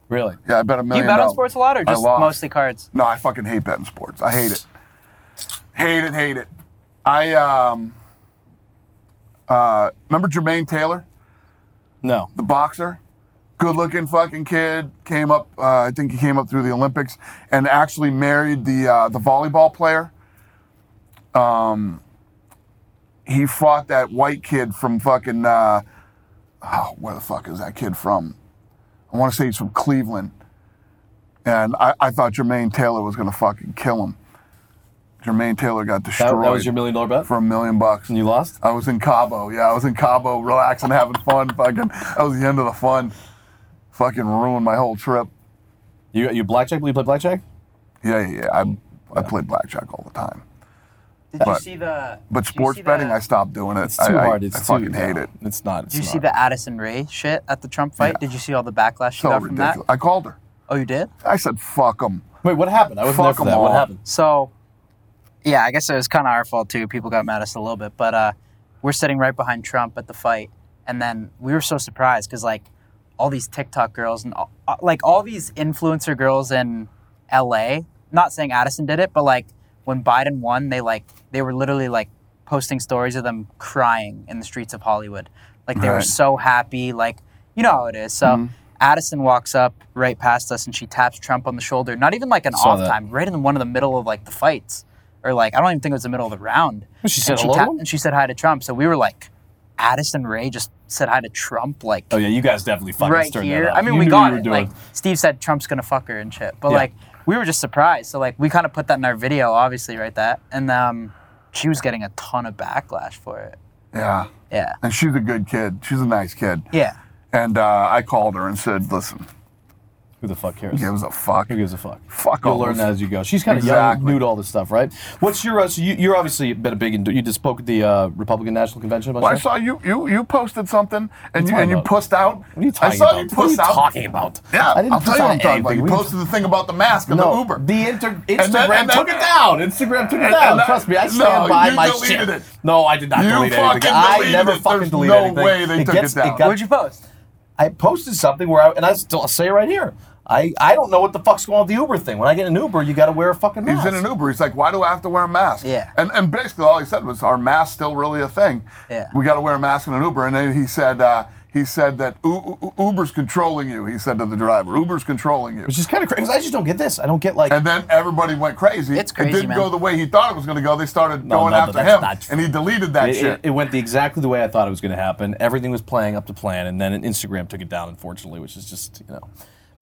[SPEAKER 1] really?
[SPEAKER 2] Yeah, I bet a
[SPEAKER 3] Do you
[SPEAKER 2] million.
[SPEAKER 3] bet on
[SPEAKER 2] dollars.
[SPEAKER 3] sports a lot or
[SPEAKER 2] oh. I
[SPEAKER 3] just
[SPEAKER 2] lost.
[SPEAKER 3] mostly cards?
[SPEAKER 2] No, I fucking hate betting sports. I hate it. Hate it, hate it. I um uh remember Jermaine Taylor,
[SPEAKER 1] No.
[SPEAKER 2] the boxer? Good looking fucking kid. Came up uh, I think he came up through the Olympics and actually married the uh, the volleyball player. Um he fought that white kid from fucking uh oh, where the fuck is that kid from? I want to say he's from Cleveland. And I, I thought Jermaine Taylor was going to fucking kill him. Jermaine Taylor got
[SPEAKER 1] That,
[SPEAKER 2] destroyed
[SPEAKER 1] that was your million dollar bet,
[SPEAKER 2] for a million bucks.
[SPEAKER 1] and you lost.
[SPEAKER 2] I was in Cabo. Yeah, I was in Cabo, relaxing, having fun. Fucking, that was the end of the fun. Fucking ruined my whole trip.
[SPEAKER 1] You you blackjack? Will you play blackjack?
[SPEAKER 2] Yeah, yeah, yeah. I, I played blackjack all the time.
[SPEAKER 3] Did you
[SPEAKER 2] But-
[SPEAKER 3] see the?
[SPEAKER 2] But
[SPEAKER 3] did you
[SPEAKER 2] sports
[SPEAKER 3] see the-
[SPEAKER 2] betting, I stopped doing it.
[SPEAKER 1] It's too
[SPEAKER 2] I, I-
[SPEAKER 1] hard. It's
[SPEAKER 2] I
[SPEAKER 1] too.
[SPEAKER 2] fucking
[SPEAKER 1] no,
[SPEAKER 2] hate it.
[SPEAKER 1] It's not. It's
[SPEAKER 3] Did you see
[SPEAKER 1] not.
[SPEAKER 3] the Addison Ray shit at the Trump fight? Did you see all the backlash she
[SPEAKER 2] So
[SPEAKER 3] got from
[SPEAKER 2] ridiculous. I called her.
[SPEAKER 3] that? Oh, you did.
[SPEAKER 2] I said, "Fuck them."
[SPEAKER 1] Wait, what happened? I wasn't there
[SPEAKER 2] Fuck
[SPEAKER 1] for
[SPEAKER 2] 'em
[SPEAKER 1] that. What
[SPEAKER 2] all.
[SPEAKER 1] happened?
[SPEAKER 3] So, yeah, I guess it was kind of our fault too. People got mad at us a little bit, but uh, we're sitting right behind Trump at the fight, and then we were so surprised because like all these TikTok girls and all, uh, like all these influencer girls in L.A. Not saying Addison did it, but like when Biden won, they like they were literally like posting stories of them crying in the streets of Hollywood. Like they were
[SPEAKER 2] Right.
[SPEAKER 3] so happy, like you know how it is. So.
[SPEAKER 1] Mm-hmm.
[SPEAKER 3] Addison walks up right past us and she taps Trump on the shoulder. Not even like an
[SPEAKER 1] Saw
[SPEAKER 3] off
[SPEAKER 1] that.
[SPEAKER 3] time, right in the one of the middle of like the fights, or like I don't even think it was the middle of the round.
[SPEAKER 1] Well, she said
[SPEAKER 3] and she
[SPEAKER 1] hello to
[SPEAKER 3] tapped-
[SPEAKER 1] him?
[SPEAKER 3] and she said hi to Trump. So we were like, Addison Ray just said hi to Trump, like
[SPEAKER 1] Oh yeah, you guys definitely fucking
[SPEAKER 3] right
[SPEAKER 1] stirred
[SPEAKER 3] here.
[SPEAKER 1] that up.
[SPEAKER 3] I mean,
[SPEAKER 1] You
[SPEAKER 3] we
[SPEAKER 1] knew
[SPEAKER 3] got
[SPEAKER 1] you were
[SPEAKER 3] it.
[SPEAKER 1] doing.
[SPEAKER 3] Like Steve said, Trump's gonna fuck her and shit. But
[SPEAKER 1] Yeah.
[SPEAKER 3] like we were just surprised. So like we kind of put that in our video, obviously, right? That and um, she was getting a ton of backlash for it.
[SPEAKER 2] Yeah,
[SPEAKER 3] Yeah.
[SPEAKER 2] and she's a good kid. She's a nice kid.
[SPEAKER 3] Yeah.
[SPEAKER 2] And uh, I called her and said, "Listen,
[SPEAKER 1] who the fuck cares?
[SPEAKER 2] who gives a fuck?
[SPEAKER 1] Who gives a fuck?
[SPEAKER 2] Fuck
[SPEAKER 1] You'll
[SPEAKER 2] all
[SPEAKER 1] learn
[SPEAKER 2] this.
[SPEAKER 1] that as you go. She's kind of young,
[SPEAKER 2] Exactly.
[SPEAKER 1] new to all this stuff, right? What's your? Uh, so you, you're obviously been a big. Indo- you just spoke at the uh, Republican National Convention. A bunch
[SPEAKER 2] Well, I
[SPEAKER 1] of times.
[SPEAKER 2] saw you you you posted something and you
[SPEAKER 1] talking
[SPEAKER 2] and you
[SPEAKER 1] about?
[SPEAKER 2] pussed out.
[SPEAKER 1] What are you
[SPEAKER 2] I
[SPEAKER 1] talking
[SPEAKER 2] saw
[SPEAKER 1] about? what are
[SPEAKER 2] you
[SPEAKER 1] you
[SPEAKER 2] pussed out.
[SPEAKER 1] talking about?
[SPEAKER 2] Yeah,
[SPEAKER 1] I didn't
[SPEAKER 2] will tell
[SPEAKER 1] push
[SPEAKER 2] you
[SPEAKER 1] out
[SPEAKER 2] what I'm talking about.
[SPEAKER 1] anything.
[SPEAKER 2] You
[SPEAKER 1] We-
[SPEAKER 2] posted the thing about the mask and the
[SPEAKER 1] no,
[SPEAKER 2] Uber.
[SPEAKER 1] The inter- Instagram
[SPEAKER 2] And then- and then-
[SPEAKER 1] took it down. Instagram took it down.
[SPEAKER 2] and then-
[SPEAKER 1] Trust me, I stand
[SPEAKER 2] no,
[SPEAKER 1] by
[SPEAKER 2] you
[SPEAKER 1] my
[SPEAKER 2] deleted
[SPEAKER 1] shit.
[SPEAKER 2] it.
[SPEAKER 1] No, I did not
[SPEAKER 2] You
[SPEAKER 1] delete
[SPEAKER 2] fucking
[SPEAKER 1] anything. I
[SPEAKER 2] deleted
[SPEAKER 1] never
[SPEAKER 2] it.
[SPEAKER 1] fucking
[SPEAKER 2] There's
[SPEAKER 1] delete
[SPEAKER 2] no
[SPEAKER 1] anything.
[SPEAKER 2] way they took it
[SPEAKER 1] gets,
[SPEAKER 2] down.
[SPEAKER 1] got-
[SPEAKER 3] What'd you post?
[SPEAKER 1] I posted something where I and I still I'll say it right here. I, I don't know what the fuck's going on with the Uber thing. When I get an Uber, you got to wear a fucking mask.
[SPEAKER 2] He's in an Uber. He's like, "Why do I have to wear a mask?"
[SPEAKER 3] Yeah.
[SPEAKER 2] And and basically all he said was, "Are masks still really a thing?"
[SPEAKER 3] Yeah.
[SPEAKER 2] We got to wear a mask in an Uber. And then he said uh, he said that U- U- Uber's controlling you. He said to the driver, "Uber's controlling you."
[SPEAKER 1] which is kind of crazy. 'cause I just don't get this. I don't get like.
[SPEAKER 2] And then everybody went crazy.
[SPEAKER 3] It's crazy,
[SPEAKER 2] It didn't
[SPEAKER 3] man.
[SPEAKER 2] go the way he thought it was going to go. They started
[SPEAKER 1] No,
[SPEAKER 2] going
[SPEAKER 1] no, but
[SPEAKER 2] after
[SPEAKER 1] that's
[SPEAKER 2] him,
[SPEAKER 1] not-
[SPEAKER 2] and he deleted that
[SPEAKER 1] It,
[SPEAKER 2] shit.
[SPEAKER 1] it, it went the exactly the way I thought it was going to happen. Everything was playing up to plan, and then Instagram took it down, unfortunately, which is just you know.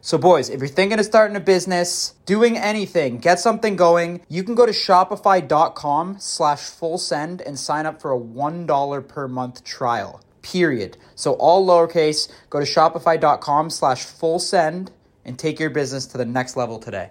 [SPEAKER 4] So, boys, if you're thinking of starting a business, doing anything, get something going, you can go to shopify.com slash full send and sign up for a $1 per month trial, period. So, all lowercase, go to shopify.com slash full send and take your business to the next level today.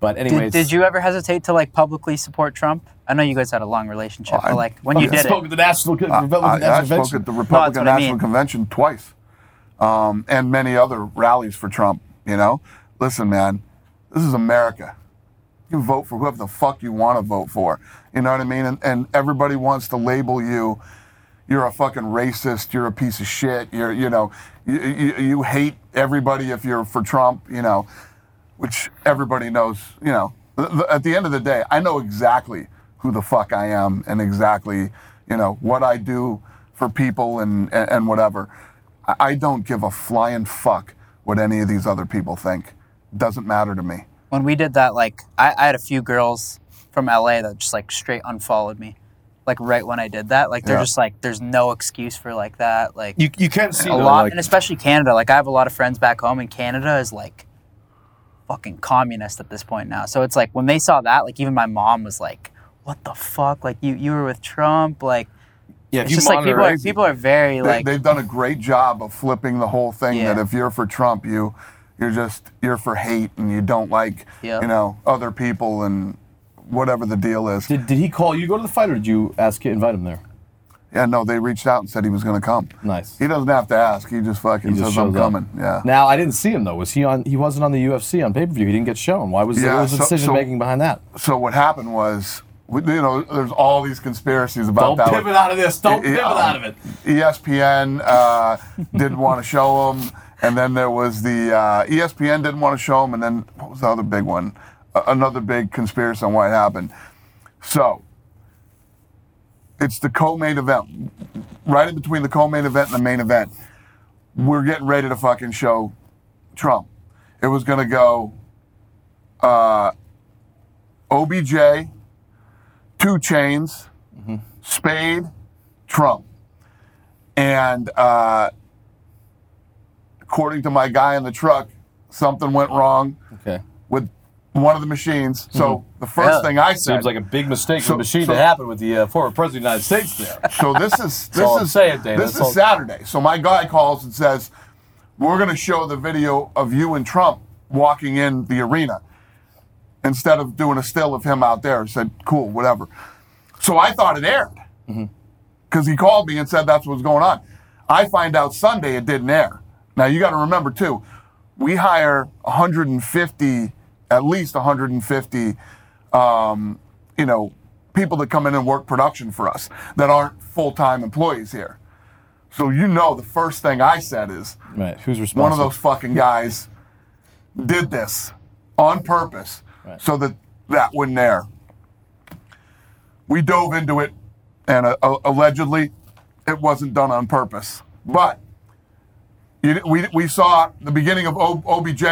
[SPEAKER 1] But
[SPEAKER 3] Did,
[SPEAKER 1] anyways,
[SPEAKER 3] did you ever hesitate to like publicly support Trump? I know you guys had a long relationship,
[SPEAKER 2] I
[SPEAKER 3] but like when you
[SPEAKER 1] Oh, I
[SPEAKER 3] did it,
[SPEAKER 1] spoke at the National Republican
[SPEAKER 2] Uh, I,
[SPEAKER 1] National
[SPEAKER 2] I
[SPEAKER 1] Convention.
[SPEAKER 2] spoke at the Republican
[SPEAKER 3] what I
[SPEAKER 2] National
[SPEAKER 3] mean.
[SPEAKER 2] Convention twice, um, and many other rallies for Trump. You know, listen, man, this is America. You can vote for whoever the fuck you want to vote for. You know what I mean? And, and everybody wants to label you. You're a fucking racist. You're a piece of shit. You're, you know, you, you, you hate everybody if you're for Trump. You know, which everybody knows, you know, th- th- at the end of the day, I know exactly who the fuck I am and exactly, you know, what I do for people and, and, and whatever. I, I don't give a flying fuck what any of these other people think. Doesn't matter to me.
[SPEAKER 3] when we did that, like I, I had a few girls from LA that just like straight unfollowed me, like right when I did that. Like they're
[SPEAKER 2] Yeah.
[SPEAKER 3] just like, there's no excuse for like that. Like
[SPEAKER 1] You, you can see
[SPEAKER 3] a lot, and especially Canada. Like I have a lot of friends back home, and Canada is like fucking communist at this point now. So it's like when they saw that, like even my mom was like, "What the fuck? Like you you were with Trump? Like
[SPEAKER 1] yeah, if
[SPEAKER 3] it's
[SPEAKER 1] you
[SPEAKER 3] just like
[SPEAKER 1] monitor
[SPEAKER 3] people are,
[SPEAKER 1] it-
[SPEAKER 3] people are very
[SPEAKER 2] They,
[SPEAKER 3] like
[SPEAKER 2] they've done a great job of flipping the whole thing
[SPEAKER 3] Yeah.
[SPEAKER 2] that if you're for Trump, you you're just you're for hate and you don't like
[SPEAKER 3] Yeah.
[SPEAKER 2] you know other people and whatever the deal is.
[SPEAKER 1] Did, did he call you to go to the fight, or did you ask invite him there?
[SPEAKER 2] yeah, no, they reached out and said he was going to come.
[SPEAKER 1] Nice.
[SPEAKER 2] He doesn't have to ask. He just fucking
[SPEAKER 1] He just
[SPEAKER 2] says I'm
[SPEAKER 1] shows up.
[SPEAKER 2] coming. Yeah.
[SPEAKER 1] Now I didn't see him though. Was he on? He wasn't on the UFC on pay per view. He didn't get shown. Why was there
[SPEAKER 2] Yeah,
[SPEAKER 1] was
[SPEAKER 2] so-
[SPEAKER 1] decision making
[SPEAKER 2] so-
[SPEAKER 1] behind that?
[SPEAKER 2] so what happened was, we- you know, there's all these conspiracies about
[SPEAKER 1] Don't
[SPEAKER 2] that.
[SPEAKER 1] pivot out of this. Don't pivot out of it.
[SPEAKER 2] um, E ESPN uh, didn't want to show him, and then there was the uh, ESPN didn't want to show him, and then what was the other big one? A- another big conspiracy on what happened. So it's the co-main event, right in between the co-main event and the main event. We're getting ready to fucking show Trump. It was gonna go uh, OBJ, Two Chains, Spade, Trump. And uh, according to my guy in the truck, something went wrong
[SPEAKER 1] Okay.
[SPEAKER 2] with one of the machines. So the first
[SPEAKER 3] Yeah.
[SPEAKER 2] thing I said
[SPEAKER 1] Hmm. Seems like a big mistake
[SPEAKER 2] So-
[SPEAKER 1] in the machine
[SPEAKER 2] so-
[SPEAKER 1] that happened with the uh, former president of the United States. There.
[SPEAKER 2] So this is this
[SPEAKER 1] all I'm
[SPEAKER 2] is
[SPEAKER 1] saying, Dana.
[SPEAKER 2] this
[SPEAKER 1] That's
[SPEAKER 2] is
[SPEAKER 1] all-
[SPEAKER 2] Saturday. So my guy calls and says, "We're going to show the video of you and Trump walking in the arena." Instead of doing a still of him out there, I said, "Cool, whatever." So I thought it aired because he called me and said that's what's going on. I find out Sunday it didn't air. Now you got to remember too, we hire 150, at least 150, um, you know, people that come in and work production for us that aren't full-time employees here. So you know, the first thing I said is
[SPEAKER 1] Right. Who's responsible?
[SPEAKER 2] one of those fucking guys did this on purpose
[SPEAKER 1] Right.
[SPEAKER 2] so that that wouldn't air. We dove into it, and uh, uh, allegedly, it wasn't done on purpose. But you, we, we saw the beginning of o, OBJ,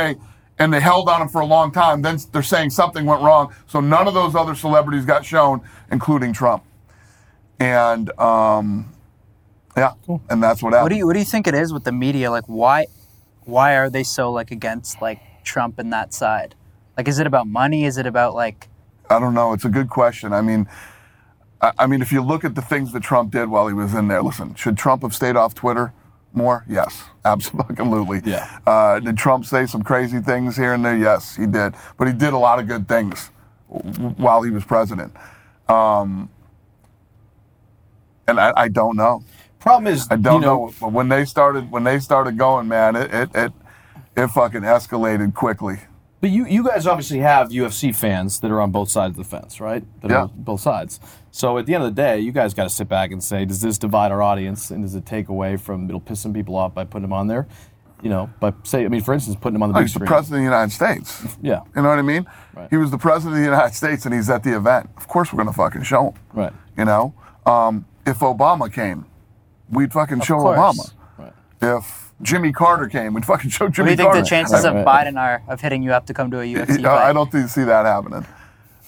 [SPEAKER 2] and they held on him for a long time. Then they're saying something went wrong, so none of those other celebrities got shown, including Trump. And um, yeah, and that's what happened.
[SPEAKER 3] what do you what do you think it is with the media? Like why why are they so like against like Trump and that side? Like is it about money? Is it about like
[SPEAKER 2] I don't know. It's a good question. I mean, I, I mean, if you look at the things that Trump did while he was in there, listen, should Trump have stayed off Twitter more? Yes, absolutely.
[SPEAKER 1] Yeah.
[SPEAKER 2] Uh, did Trump say some crazy things here and there? Yes, he did. But he did a lot of good things w- while he was president. Um, and I, I don't know.
[SPEAKER 1] Problem is,
[SPEAKER 2] I don't
[SPEAKER 1] you know,
[SPEAKER 2] know. But when they started, when they started going, man, it it it, it fucking escalated quickly.
[SPEAKER 1] But you, you guys obviously have UFC fans that are on both sides of the fence, right? That
[SPEAKER 2] Yeah.
[SPEAKER 1] are both sides. So at the end of the day, you guys got to sit back and say, does this divide our audience, and does it take away from? It'll piss some people off by putting them on there, you know. By say, I mean, for instance, putting them on the big
[SPEAKER 2] Like the
[SPEAKER 1] screen.
[SPEAKER 2] president of the United States.
[SPEAKER 1] Yeah,
[SPEAKER 2] You know what I mean?
[SPEAKER 1] Right.
[SPEAKER 2] He was the president of the United States and he's at the event. Of course, we're going to fucking show him.
[SPEAKER 1] right,
[SPEAKER 2] You know? Um, if Obama came, we'd fucking show
[SPEAKER 3] course.
[SPEAKER 2] Obama.
[SPEAKER 1] right.
[SPEAKER 2] If Jimmy Carter came, we'd fucking show
[SPEAKER 3] what do
[SPEAKER 2] Jimmy
[SPEAKER 3] you think
[SPEAKER 2] Carter.
[SPEAKER 3] the chances
[SPEAKER 1] Right,
[SPEAKER 3] of
[SPEAKER 1] right.
[SPEAKER 3] Biden are of hitting you up to come to a UFC
[SPEAKER 2] You know,
[SPEAKER 3] fight?
[SPEAKER 2] I don't think, see that happening.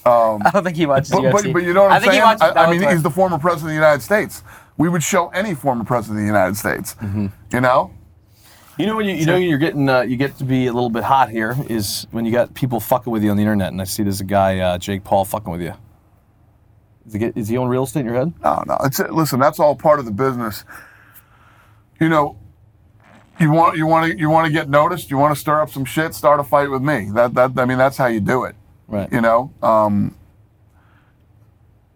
[SPEAKER 3] I don't think he watches
[SPEAKER 2] But,
[SPEAKER 3] UFC.
[SPEAKER 2] but, but you know what
[SPEAKER 3] I
[SPEAKER 2] I'm
[SPEAKER 3] think
[SPEAKER 2] saying?
[SPEAKER 3] He watches
[SPEAKER 2] I, I mean,
[SPEAKER 3] Bellator.
[SPEAKER 2] he's the former president of the United States. We would show any former president of the United States.
[SPEAKER 1] Mm-hmm.
[SPEAKER 2] You know?
[SPEAKER 1] You know when you, you know you're getting uh, you get to be a little bit hot here is when you got people fucking with you on the internet, and I see there's a guy uh, Jake Paul fucking with you. Is he, get- is he on real estate in your head?
[SPEAKER 2] No, no. It's listen. That's all part of the business. You know, you want you want to you want to get noticed. You want to stir up some shit. Start a fight with me. That that I mean, that's how you do it.
[SPEAKER 1] Right.
[SPEAKER 2] You know. Um,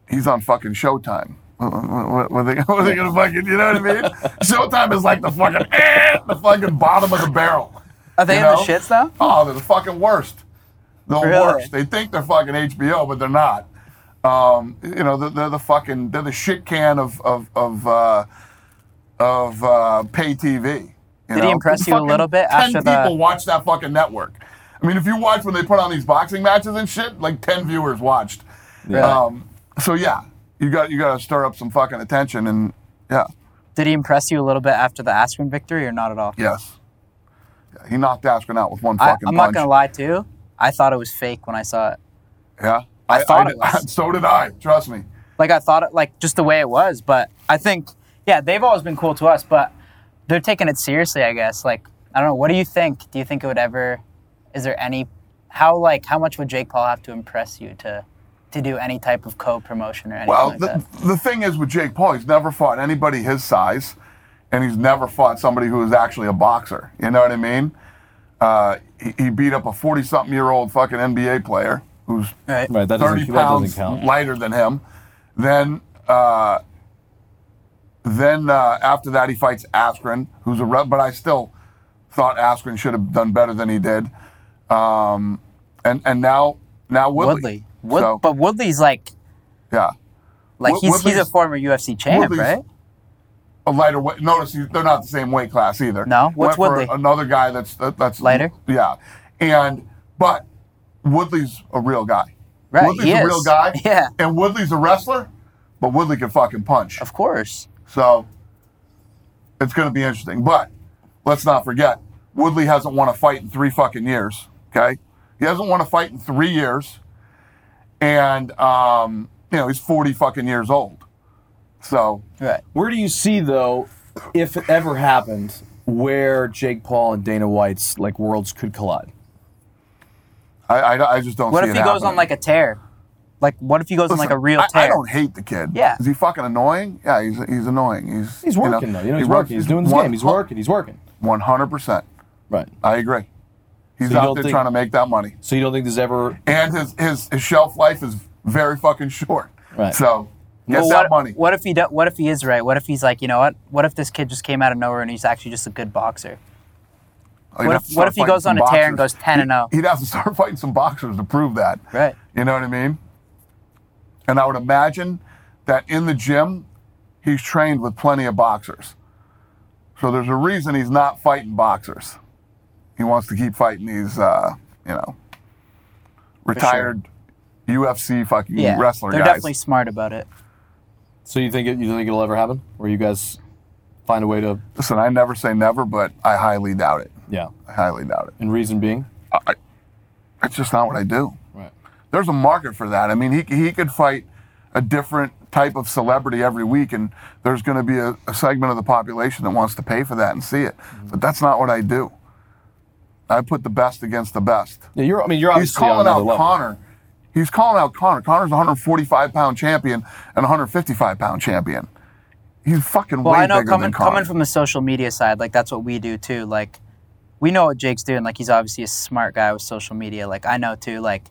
[SPEAKER 2] he's on fucking Showtime. What, what, what, are they, what are they gonna fucking? You know what I mean? Showtime is like the fucking eh, the fucking bottom of the barrel.
[SPEAKER 3] Are they
[SPEAKER 2] you
[SPEAKER 3] in
[SPEAKER 2] know?
[SPEAKER 3] the shits now?
[SPEAKER 2] Oh, they're the fucking worst. The
[SPEAKER 3] Really?
[SPEAKER 2] worst. They think they're fucking HBO, but they're not. Um, you know, they're, they're the fucking they're the shit can of of of uh, of uh, pay TV. you
[SPEAKER 3] Did he
[SPEAKER 2] know?
[SPEAKER 3] impress you a
[SPEAKER 2] Fucking
[SPEAKER 3] little bit
[SPEAKER 2] Ten
[SPEAKER 3] after the-
[SPEAKER 2] people watch that fucking network. I mean, if you watch when they put on these boxing matches and shit, like ten viewers watched. Um, so yeah, you got you got to stir up some fucking attention, and yeah,
[SPEAKER 3] Did he impress you a little bit after the Askren victory or not at all?
[SPEAKER 2] yes, yeah, he knocked Askren out with one
[SPEAKER 3] I, I'm
[SPEAKER 2] fucking
[SPEAKER 3] not
[SPEAKER 2] punch.
[SPEAKER 3] gonna lie to you. I thought it was fake when I saw it.
[SPEAKER 2] Yeah,
[SPEAKER 3] I thought
[SPEAKER 2] did-
[SPEAKER 3] it was.
[SPEAKER 2] so did I. Trust me.
[SPEAKER 3] Like I thought it, like just the way it was. But I think, yeah, they've always been cool to us, but they're taking it seriously, I guess. Like I don't know. What do you think? Do you think it would ever? Is there any? How like how much would Jake Paul have to impress you to to do any type of co-promotion or anything
[SPEAKER 2] Well,
[SPEAKER 3] like
[SPEAKER 2] the,
[SPEAKER 3] that?
[SPEAKER 2] the thing is with Jake Paul, he's never fought anybody his size, and he's never fought somebody who is actually a boxer. You know what I mean? Uh, he, he beat up a 40 something year old fucking NBA player who's
[SPEAKER 3] Right.
[SPEAKER 1] Right. That
[SPEAKER 2] 30
[SPEAKER 1] doesn't, that
[SPEAKER 2] pounds
[SPEAKER 1] doesn't count.
[SPEAKER 2] lighter than him. Then, uh, then uh, after that, he fights Askren, who's a rep, but I still thought Askren should have done better than he did. Um, and and now now Woodley.
[SPEAKER 3] Woodley. Wood,
[SPEAKER 2] So,
[SPEAKER 3] But Woodley's like
[SPEAKER 2] yeah,
[SPEAKER 3] like
[SPEAKER 2] Wood-
[SPEAKER 3] he's he's
[SPEAKER 2] Woodley's-
[SPEAKER 3] a former UFC champ,
[SPEAKER 2] Woodley's-
[SPEAKER 3] right?
[SPEAKER 2] a lighter weight. Notice you- they're not the same weight class either.
[SPEAKER 3] No? What's
[SPEAKER 2] Went for
[SPEAKER 3] Woodley?
[SPEAKER 2] Another guy that's that, that's
[SPEAKER 3] Lighter?
[SPEAKER 2] Yeah, and but Woodley's a real guy.
[SPEAKER 3] Right,
[SPEAKER 2] Woodley's
[SPEAKER 3] he
[SPEAKER 2] a
[SPEAKER 3] is.
[SPEAKER 2] real guy.
[SPEAKER 3] Yeah.
[SPEAKER 2] and Woodley's a wrestler, but Woodley can fucking punch.
[SPEAKER 3] Of course.
[SPEAKER 2] So it's going to be interesting. But let's not forget, Woodley hasn't won a fight in three fucking years. Okay, he hasn't won a fight in three years, and um, you know he's forty fucking years old. So
[SPEAKER 3] Right.
[SPEAKER 1] Where do you see though, if it ever happened, where Jake Paul and Dana White's like worlds could collide?
[SPEAKER 2] I, I, I just don't.
[SPEAKER 3] What
[SPEAKER 2] see
[SPEAKER 3] if
[SPEAKER 2] it
[SPEAKER 3] he goes
[SPEAKER 2] happening.
[SPEAKER 3] on like a tear? Like, what if he goes on like a
[SPEAKER 2] Listen,
[SPEAKER 3] real
[SPEAKER 2] I-
[SPEAKER 3] tear?
[SPEAKER 2] I, don't hate the kid.
[SPEAKER 3] Yeah.
[SPEAKER 2] Is he fucking annoying? Yeah, he's he's annoying. He's
[SPEAKER 1] He's working though. You know, he's working. He's doing this game. He's working. He's working.
[SPEAKER 2] One hundred percent.
[SPEAKER 1] Right.
[SPEAKER 2] I agree. He's
[SPEAKER 1] So you
[SPEAKER 2] out
[SPEAKER 1] don't
[SPEAKER 2] there
[SPEAKER 1] think-
[SPEAKER 2] trying to make that money,
[SPEAKER 1] So you don't think there's ever
[SPEAKER 2] and his his, his shelf life is very fucking short.
[SPEAKER 1] Right.
[SPEAKER 2] So get
[SPEAKER 3] Well,
[SPEAKER 2] that
[SPEAKER 3] what,
[SPEAKER 2] money.
[SPEAKER 3] What if he do, What if he is right? What if he's like, you know what? What if this kid just came out of nowhere and he's actually just a good boxer?
[SPEAKER 2] He'd
[SPEAKER 3] what
[SPEAKER 2] have
[SPEAKER 3] if-
[SPEAKER 2] to
[SPEAKER 3] what
[SPEAKER 2] start
[SPEAKER 3] if he
[SPEAKER 2] fighting
[SPEAKER 3] goes on
[SPEAKER 2] some
[SPEAKER 3] a tear and
[SPEAKER 2] boxers.
[SPEAKER 3] goes 10 and oh?
[SPEAKER 2] He-
[SPEAKER 3] 0?
[SPEAKER 2] He'd have to start fighting some boxers to prove that.
[SPEAKER 3] Right.
[SPEAKER 2] You know what I mean? And I would imagine that in the gym, he's trained with plenty of boxers. So there's a reason he's not fighting boxers. He wants to keep fighting these, uh, you know, retired UFC fucking
[SPEAKER 3] Yeah,
[SPEAKER 2] wrestler
[SPEAKER 3] they're
[SPEAKER 2] guys.
[SPEAKER 3] definitely smart about it.
[SPEAKER 1] so you think it, you think it'll ever happen? Where you guys find a way to
[SPEAKER 2] Listen, I never say never, but I highly doubt it.
[SPEAKER 1] Yeah.
[SPEAKER 2] I highly doubt it.
[SPEAKER 1] And reason being?
[SPEAKER 2] It's just not what I do.
[SPEAKER 1] Right.
[SPEAKER 2] there's a market for that. I mean, he, he could fight a different type of celebrity every week, and there's going to be a, a segment of the population that wants to pay for that and see it.
[SPEAKER 3] Mm-hmm.
[SPEAKER 2] But that's not what I do. I put the best against the best.
[SPEAKER 1] Yeah, you're I mean you're
[SPEAKER 2] He's
[SPEAKER 1] obviously on
[SPEAKER 2] calling
[SPEAKER 1] another
[SPEAKER 2] out
[SPEAKER 1] level.
[SPEAKER 2] Connor. He's calling out Connor. Connor's a 145 pound champion and a 155 pound champion. He's fucking
[SPEAKER 3] Well,
[SPEAKER 2] way
[SPEAKER 3] I know
[SPEAKER 2] bigger
[SPEAKER 3] coming
[SPEAKER 2] than Connor.
[SPEAKER 3] coming from the social media side, like that's what we do too. Like we know what Jake's doing. Like he's obviously a smart guy with social media. Like I know too. Like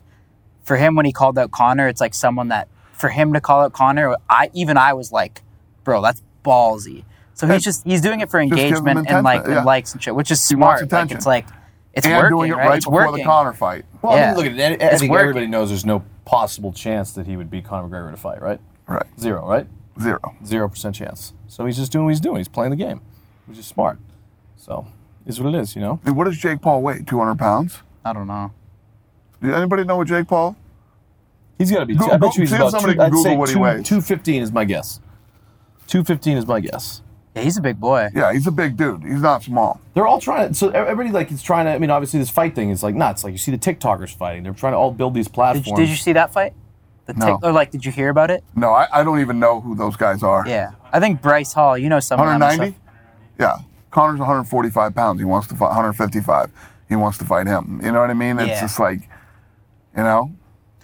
[SPEAKER 3] for him when he called out Connor, it's like someone that for him to call out Connor, I even I was like, bro, that's ballsy. So he's just he's doing it for
[SPEAKER 2] give him
[SPEAKER 3] engagement and
[SPEAKER 2] attention,
[SPEAKER 3] like
[SPEAKER 2] yeah.
[SPEAKER 3] and likes and shit, which is
[SPEAKER 2] wants
[SPEAKER 3] smart. Like
[SPEAKER 2] attention.
[SPEAKER 3] it's like it's
[SPEAKER 2] and
[SPEAKER 3] working,
[SPEAKER 2] doing it
[SPEAKER 3] right?
[SPEAKER 2] right
[SPEAKER 3] It's
[SPEAKER 2] before
[SPEAKER 3] working.
[SPEAKER 2] the Connor fight.
[SPEAKER 1] Well, I
[SPEAKER 3] Yeah.
[SPEAKER 1] mean, look at it. I- I,
[SPEAKER 3] It's
[SPEAKER 1] think
[SPEAKER 3] working.
[SPEAKER 1] everybody knows there's no possible chance that he would beat Conor McGregor in a fight, right?
[SPEAKER 2] Right.
[SPEAKER 1] Zero, right?
[SPEAKER 2] Zero.
[SPEAKER 1] Zero percent chance. So he's just doing what he's doing. He's playing the game, which is smart. So is what it is, you know.
[SPEAKER 2] Dude, what does Jake Paul weigh? 200 pounds?
[SPEAKER 3] I don't know.
[SPEAKER 2] Did anybody know what Jake Paul
[SPEAKER 1] He's got to be.
[SPEAKER 2] Go-
[SPEAKER 1] I
[SPEAKER 2] go-
[SPEAKER 1] bet you he's
[SPEAKER 2] see if
[SPEAKER 1] about.
[SPEAKER 2] somebody
[SPEAKER 1] Two,
[SPEAKER 2] can
[SPEAKER 1] I'd
[SPEAKER 2] Google
[SPEAKER 1] say
[SPEAKER 2] what he weighs.
[SPEAKER 1] two fifteen is my guess. Two fifteen is my guess.
[SPEAKER 3] Yeah, he's a big boy.
[SPEAKER 2] Yeah, he's a big dude. He's not small.
[SPEAKER 1] They're all trying to. So everybody like is trying to. I mean, obviously this fight thing is like nuts. Like you see the TikTokers fighting. They're trying to all build these
[SPEAKER 3] Did
[SPEAKER 1] platforms.
[SPEAKER 3] you, did you see that fight? The tick
[SPEAKER 2] No.
[SPEAKER 3] or like did you hear about it?
[SPEAKER 2] No, I, I don't even know who those guys are.
[SPEAKER 3] Yeah. I think Bryce Hall, you know someone. I'm sure-
[SPEAKER 2] 190? Yeah. Connor's 145 pounds. He wants to fight 155. He wants to fight him. You know what I mean? It's
[SPEAKER 3] Yeah.
[SPEAKER 2] just like, you know?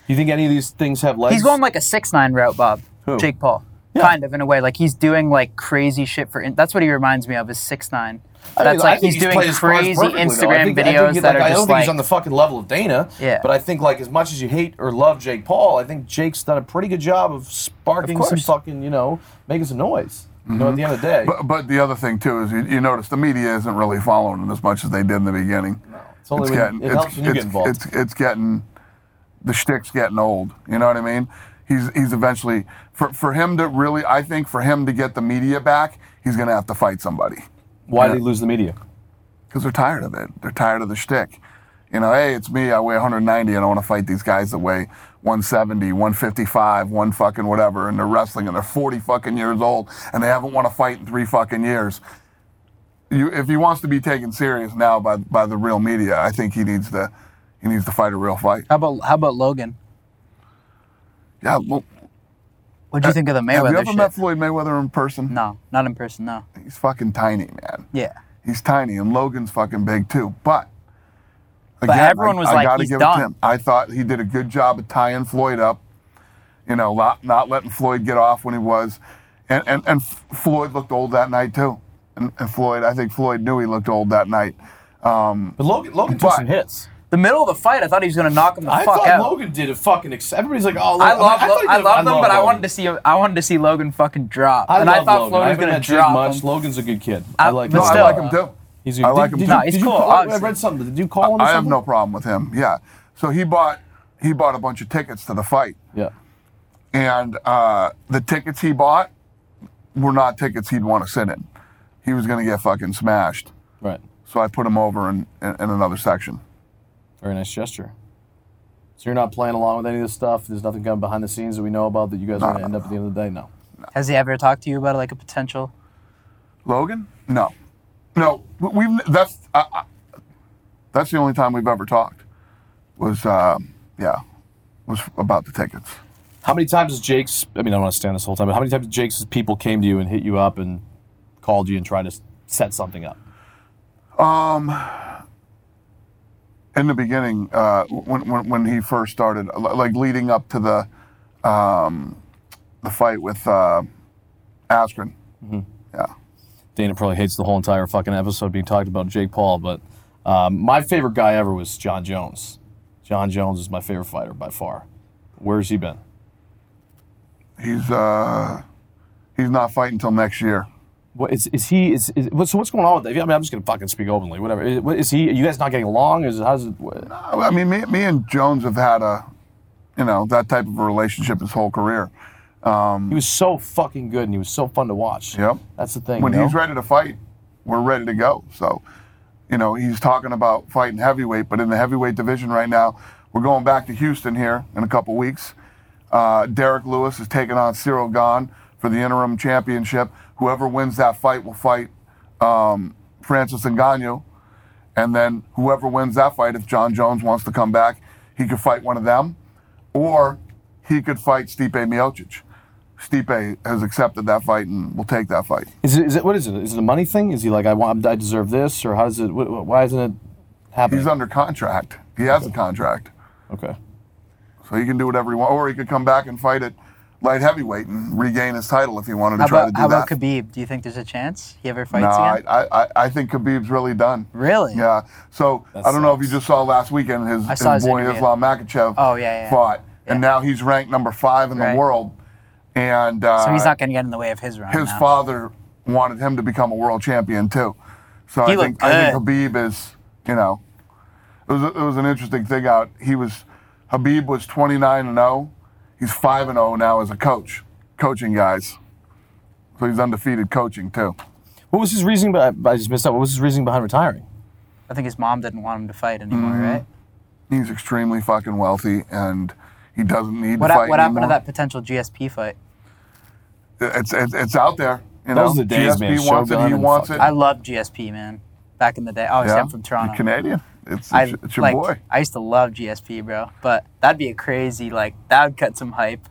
[SPEAKER 1] You think any of these things have legs?
[SPEAKER 3] He's going like a six nine route, Bob.
[SPEAKER 1] Who?
[SPEAKER 3] Jake Paul. Kind of in a way, like he's doing like crazy shit for. In- that's what he reminds me of is six nine.
[SPEAKER 1] I
[SPEAKER 3] That's
[SPEAKER 1] mean, I
[SPEAKER 3] like
[SPEAKER 1] think
[SPEAKER 3] he's, doing
[SPEAKER 1] played his cards
[SPEAKER 3] crazy
[SPEAKER 1] perfectly, though.
[SPEAKER 3] Instagram
[SPEAKER 1] I think- I think
[SPEAKER 3] videos
[SPEAKER 1] he-
[SPEAKER 3] that
[SPEAKER 1] like,
[SPEAKER 3] are
[SPEAKER 1] I don't
[SPEAKER 3] just
[SPEAKER 1] think
[SPEAKER 3] like.
[SPEAKER 1] he's on the fucking level of Dana.
[SPEAKER 3] Yeah.
[SPEAKER 1] But I think like as much as you hate or love Jake Paul, I think Jake's done a pretty good job of sparking
[SPEAKER 3] Of
[SPEAKER 1] some
[SPEAKER 3] course.
[SPEAKER 1] fucking you know making some noise. You know, at the end of the day,
[SPEAKER 2] Mm-hmm. But, but the other thing, too, is you, you notice the media isn't really following him as much as they did in the beginning.
[SPEAKER 1] it's only when it helps when you get
[SPEAKER 2] it's-
[SPEAKER 1] involved.
[SPEAKER 2] It's, it's getting, the shtick's getting old. You know what I mean? He's, he's eventually, for, for him to really, I think for him to get the media back, he's going to have to fight somebody.
[SPEAKER 1] Why did he lose the media?
[SPEAKER 2] because they're tired of it. They're tired of the shtick. You know, hey, it's me. I weigh 190 and I want to fight these guys that weigh 170, 155, one fucking whatever, and they're wrestling and they're 40 fucking years old and they haven't won a fight in three fucking years. You, if he wants to be taken serious now by by the real media, I think he needs to he needs to fight a real fight.
[SPEAKER 3] How about how about Logan?
[SPEAKER 2] Yeah. Well,
[SPEAKER 3] What
[SPEAKER 1] Uh,
[SPEAKER 3] do you think of the
[SPEAKER 2] have you
[SPEAKER 3] Mayweather
[SPEAKER 2] ever
[SPEAKER 3] shit?
[SPEAKER 2] met Floyd Mayweather in person?
[SPEAKER 3] no, not in person. No.
[SPEAKER 2] He's fucking tiny, man.
[SPEAKER 3] Yeah.
[SPEAKER 2] He's tiny, and Logan's fucking big too. But again,
[SPEAKER 3] everyone
[SPEAKER 2] I,
[SPEAKER 3] was
[SPEAKER 2] I
[SPEAKER 3] like,
[SPEAKER 2] gotta
[SPEAKER 3] "He's
[SPEAKER 2] give it
[SPEAKER 3] done."
[SPEAKER 2] to him. I thought he did a good job of tying Floyd up. You know, not, not letting Floyd get off when he was, and and, and F- Floyd looked old that night too. And, and Floyd, I think Floyd knew he looked old that night. Um,
[SPEAKER 1] But Logan, Logan took
[SPEAKER 2] But-
[SPEAKER 1] some hits.
[SPEAKER 3] The middle of the fight, I thought he was gonna knock him the
[SPEAKER 1] I
[SPEAKER 3] fuck
[SPEAKER 1] thought
[SPEAKER 3] out.
[SPEAKER 1] Logan did a fucking. Ex- Everybody's like, oh, Logan.
[SPEAKER 3] I love
[SPEAKER 1] thought he
[SPEAKER 3] Lo-
[SPEAKER 1] did
[SPEAKER 3] I
[SPEAKER 1] a-
[SPEAKER 3] love them, but I
[SPEAKER 1] Logan.
[SPEAKER 3] wanted to see him. I wanted to see Logan fucking drop,
[SPEAKER 1] I
[SPEAKER 3] and
[SPEAKER 1] love
[SPEAKER 3] I thought
[SPEAKER 1] Logan.
[SPEAKER 3] Floyd
[SPEAKER 1] I
[SPEAKER 3] was
[SPEAKER 1] haven't
[SPEAKER 3] gonna
[SPEAKER 1] met Jake
[SPEAKER 3] drop
[SPEAKER 1] much.
[SPEAKER 3] him.
[SPEAKER 1] Logan's a good kid.
[SPEAKER 3] I-
[SPEAKER 1] I like.
[SPEAKER 3] but
[SPEAKER 1] him.
[SPEAKER 2] No,
[SPEAKER 3] still,
[SPEAKER 2] I like him too.
[SPEAKER 1] He's
[SPEAKER 2] I like
[SPEAKER 1] did, Did,
[SPEAKER 2] him too.
[SPEAKER 1] you-
[SPEAKER 3] No, he's
[SPEAKER 1] did you
[SPEAKER 3] cool,
[SPEAKER 1] call- I
[SPEAKER 3] obviously.
[SPEAKER 1] read something. Did you call him? or
[SPEAKER 2] I have
[SPEAKER 1] something?
[SPEAKER 2] no problem with him. Yeah. So he bought he bought a bunch of tickets to the fight.
[SPEAKER 1] Yeah.
[SPEAKER 2] and uh, the tickets he bought were not tickets he'd want to sit in. He was going to get fucking smashed.
[SPEAKER 1] Right.
[SPEAKER 2] So I put him over in, in, in another section.
[SPEAKER 1] Very nice gesture. So you're not playing along with any of this stuff. There's nothing coming behind the scenes that we know about that you guys are going to end up at the end of the day. No.
[SPEAKER 3] Has he ever talked to you about like a potential?
[SPEAKER 2] Logan? No, no. we- We've that's I, I, that's the only time we've ever talked. Was uh, yeah, was about the tickets.
[SPEAKER 1] How many times has Jake's? I mean, I don't want to stand this whole time, but how many times has Jake's people came to you and hit you up and called you and tried to s- set something up?
[SPEAKER 2] in the beginning, uh, when, when when he first started, li- like leading up to the um, the fight with uh, Askren, yeah,
[SPEAKER 1] Dana probably hates the whole entire fucking episode being talked about Jake Paul, but um, my favorite guy ever was John Jones. John Jones is my favorite fighter by far. Where's he been?
[SPEAKER 2] he's uh, he's not fighting until next year.
[SPEAKER 1] What is, is he? Is, is what, so what's going on with that? I mean, I'm just gonna fucking speak openly. Whatever. Is, what, is he? Are you guys not getting along? Is how's it? What,
[SPEAKER 2] I I mean, me, me and Jones have had a you know that type of a relationship his whole career.
[SPEAKER 1] He was so fucking good and he was so fun to watch.
[SPEAKER 2] Yep.
[SPEAKER 1] That's the thing.
[SPEAKER 2] When
[SPEAKER 1] you know?
[SPEAKER 2] he's ready to fight, we're ready to go. So, you know, he's talking about fighting heavyweight, but in the heavyweight division right now, we're going back to Houston here in a couple weeks. Uh, Derek Lewis is taking on Cyril Gahn for the interim championship. Whoever wins that fight will fight um, Francis Ngannou. And then whoever wins that fight, if John Jones wants to come back, he could fight one of them, or he could fight Stipe Miocic. Stipe has accepted that fight and will take that fight.
[SPEAKER 1] Is it, is it what is it? Is it a money thing? Is he like I want I deserve this or how does it? What, what- why isn't it happening?
[SPEAKER 2] He's under contract. He has a contract,
[SPEAKER 1] okay.
[SPEAKER 2] so he can do whatever he wants, or he could come back and fight at light heavyweight and regain his title if he wanted to
[SPEAKER 3] How
[SPEAKER 2] try
[SPEAKER 3] about
[SPEAKER 2] to do
[SPEAKER 3] how
[SPEAKER 2] that.
[SPEAKER 3] about Khabib? Do you think there's a chance he ever
[SPEAKER 2] no,
[SPEAKER 3] fights
[SPEAKER 2] I,
[SPEAKER 3] again?
[SPEAKER 2] I, I- I think Khabib's really done.
[SPEAKER 3] really?
[SPEAKER 2] Yeah. So
[SPEAKER 1] That
[SPEAKER 2] I don't know if you
[SPEAKER 1] sucks.
[SPEAKER 2] just saw last weekend his, his
[SPEAKER 3] saw his
[SPEAKER 2] boy
[SPEAKER 3] interview.
[SPEAKER 2] Islam Makachev
[SPEAKER 3] Oh, yeah, yeah.
[SPEAKER 2] fought, and now he's ranked number five in
[SPEAKER 3] Right.
[SPEAKER 2] the world, and uh,
[SPEAKER 3] So he's not gonna get in the way of his run.
[SPEAKER 2] his
[SPEAKER 3] now.
[SPEAKER 2] father wanted him to become a world champion too. So
[SPEAKER 3] He
[SPEAKER 2] I think
[SPEAKER 3] looked
[SPEAKER 2] I think
[SPEAKER 3] good.
[SPEAKER 2] Habib is, you know, it was it was an interesting thing out. He was Habib was 29 and 0. He's 5 and 0 now as a coach, coaching guys. So he's undefeated coaching too.
[SPEAKER 1] What was his reasoning? But I just missed out. What was his reasoning behind retiring?
[SPEAKER 3] I think his mom didn't want him to fight anymore,
[SPEAKER 2] Mm-hmm.
[SPEAKER 3] right?
[SPEAKER 2] He's extremely fucking wealthy and he doesn't need
[SPEAKER 3] What,
[SPEAKER 2] to
[SPEAKER 3] hap-
[SPEAKER 2] fight
[SPEAKER 3] what happened to
[SPEAKER 2] anymore.
[SPEAKER 3] that potential GSP fight?
[SPEAKER 2] It's, it's it's out there. You
[SPEAKER 1] Those
[SPEAKER 2] know,
[SPEAKER 1] are the days,
[SPEAKER 2] GSP
[SPEAKER 1] man.
[SPEAKER 2] wants it.
[SPEAKER 1] Shogun
[SPEAKER 2] He
[SPEAKER 1] and
[SPEAKER 2] wants
[SPEAKER 1] fucking-
[SPEAKER 2] it.
[SPEAKER 3] I love GSP, man. Back in the day, obviously I'm from
[SPEAKER 2] You're
[SPEAKER 3] Toronto.
[SPEAKER 2] Canadian. It's, it's,
[SPEAKER 3] I
[SPEAKER 2] it's your
[SPEAKER 3] like.
[SPEAKER 2] boy.
[SPEAKER 3] I used to love GSP, bro. But that'd be a crazy like that would cut some hype.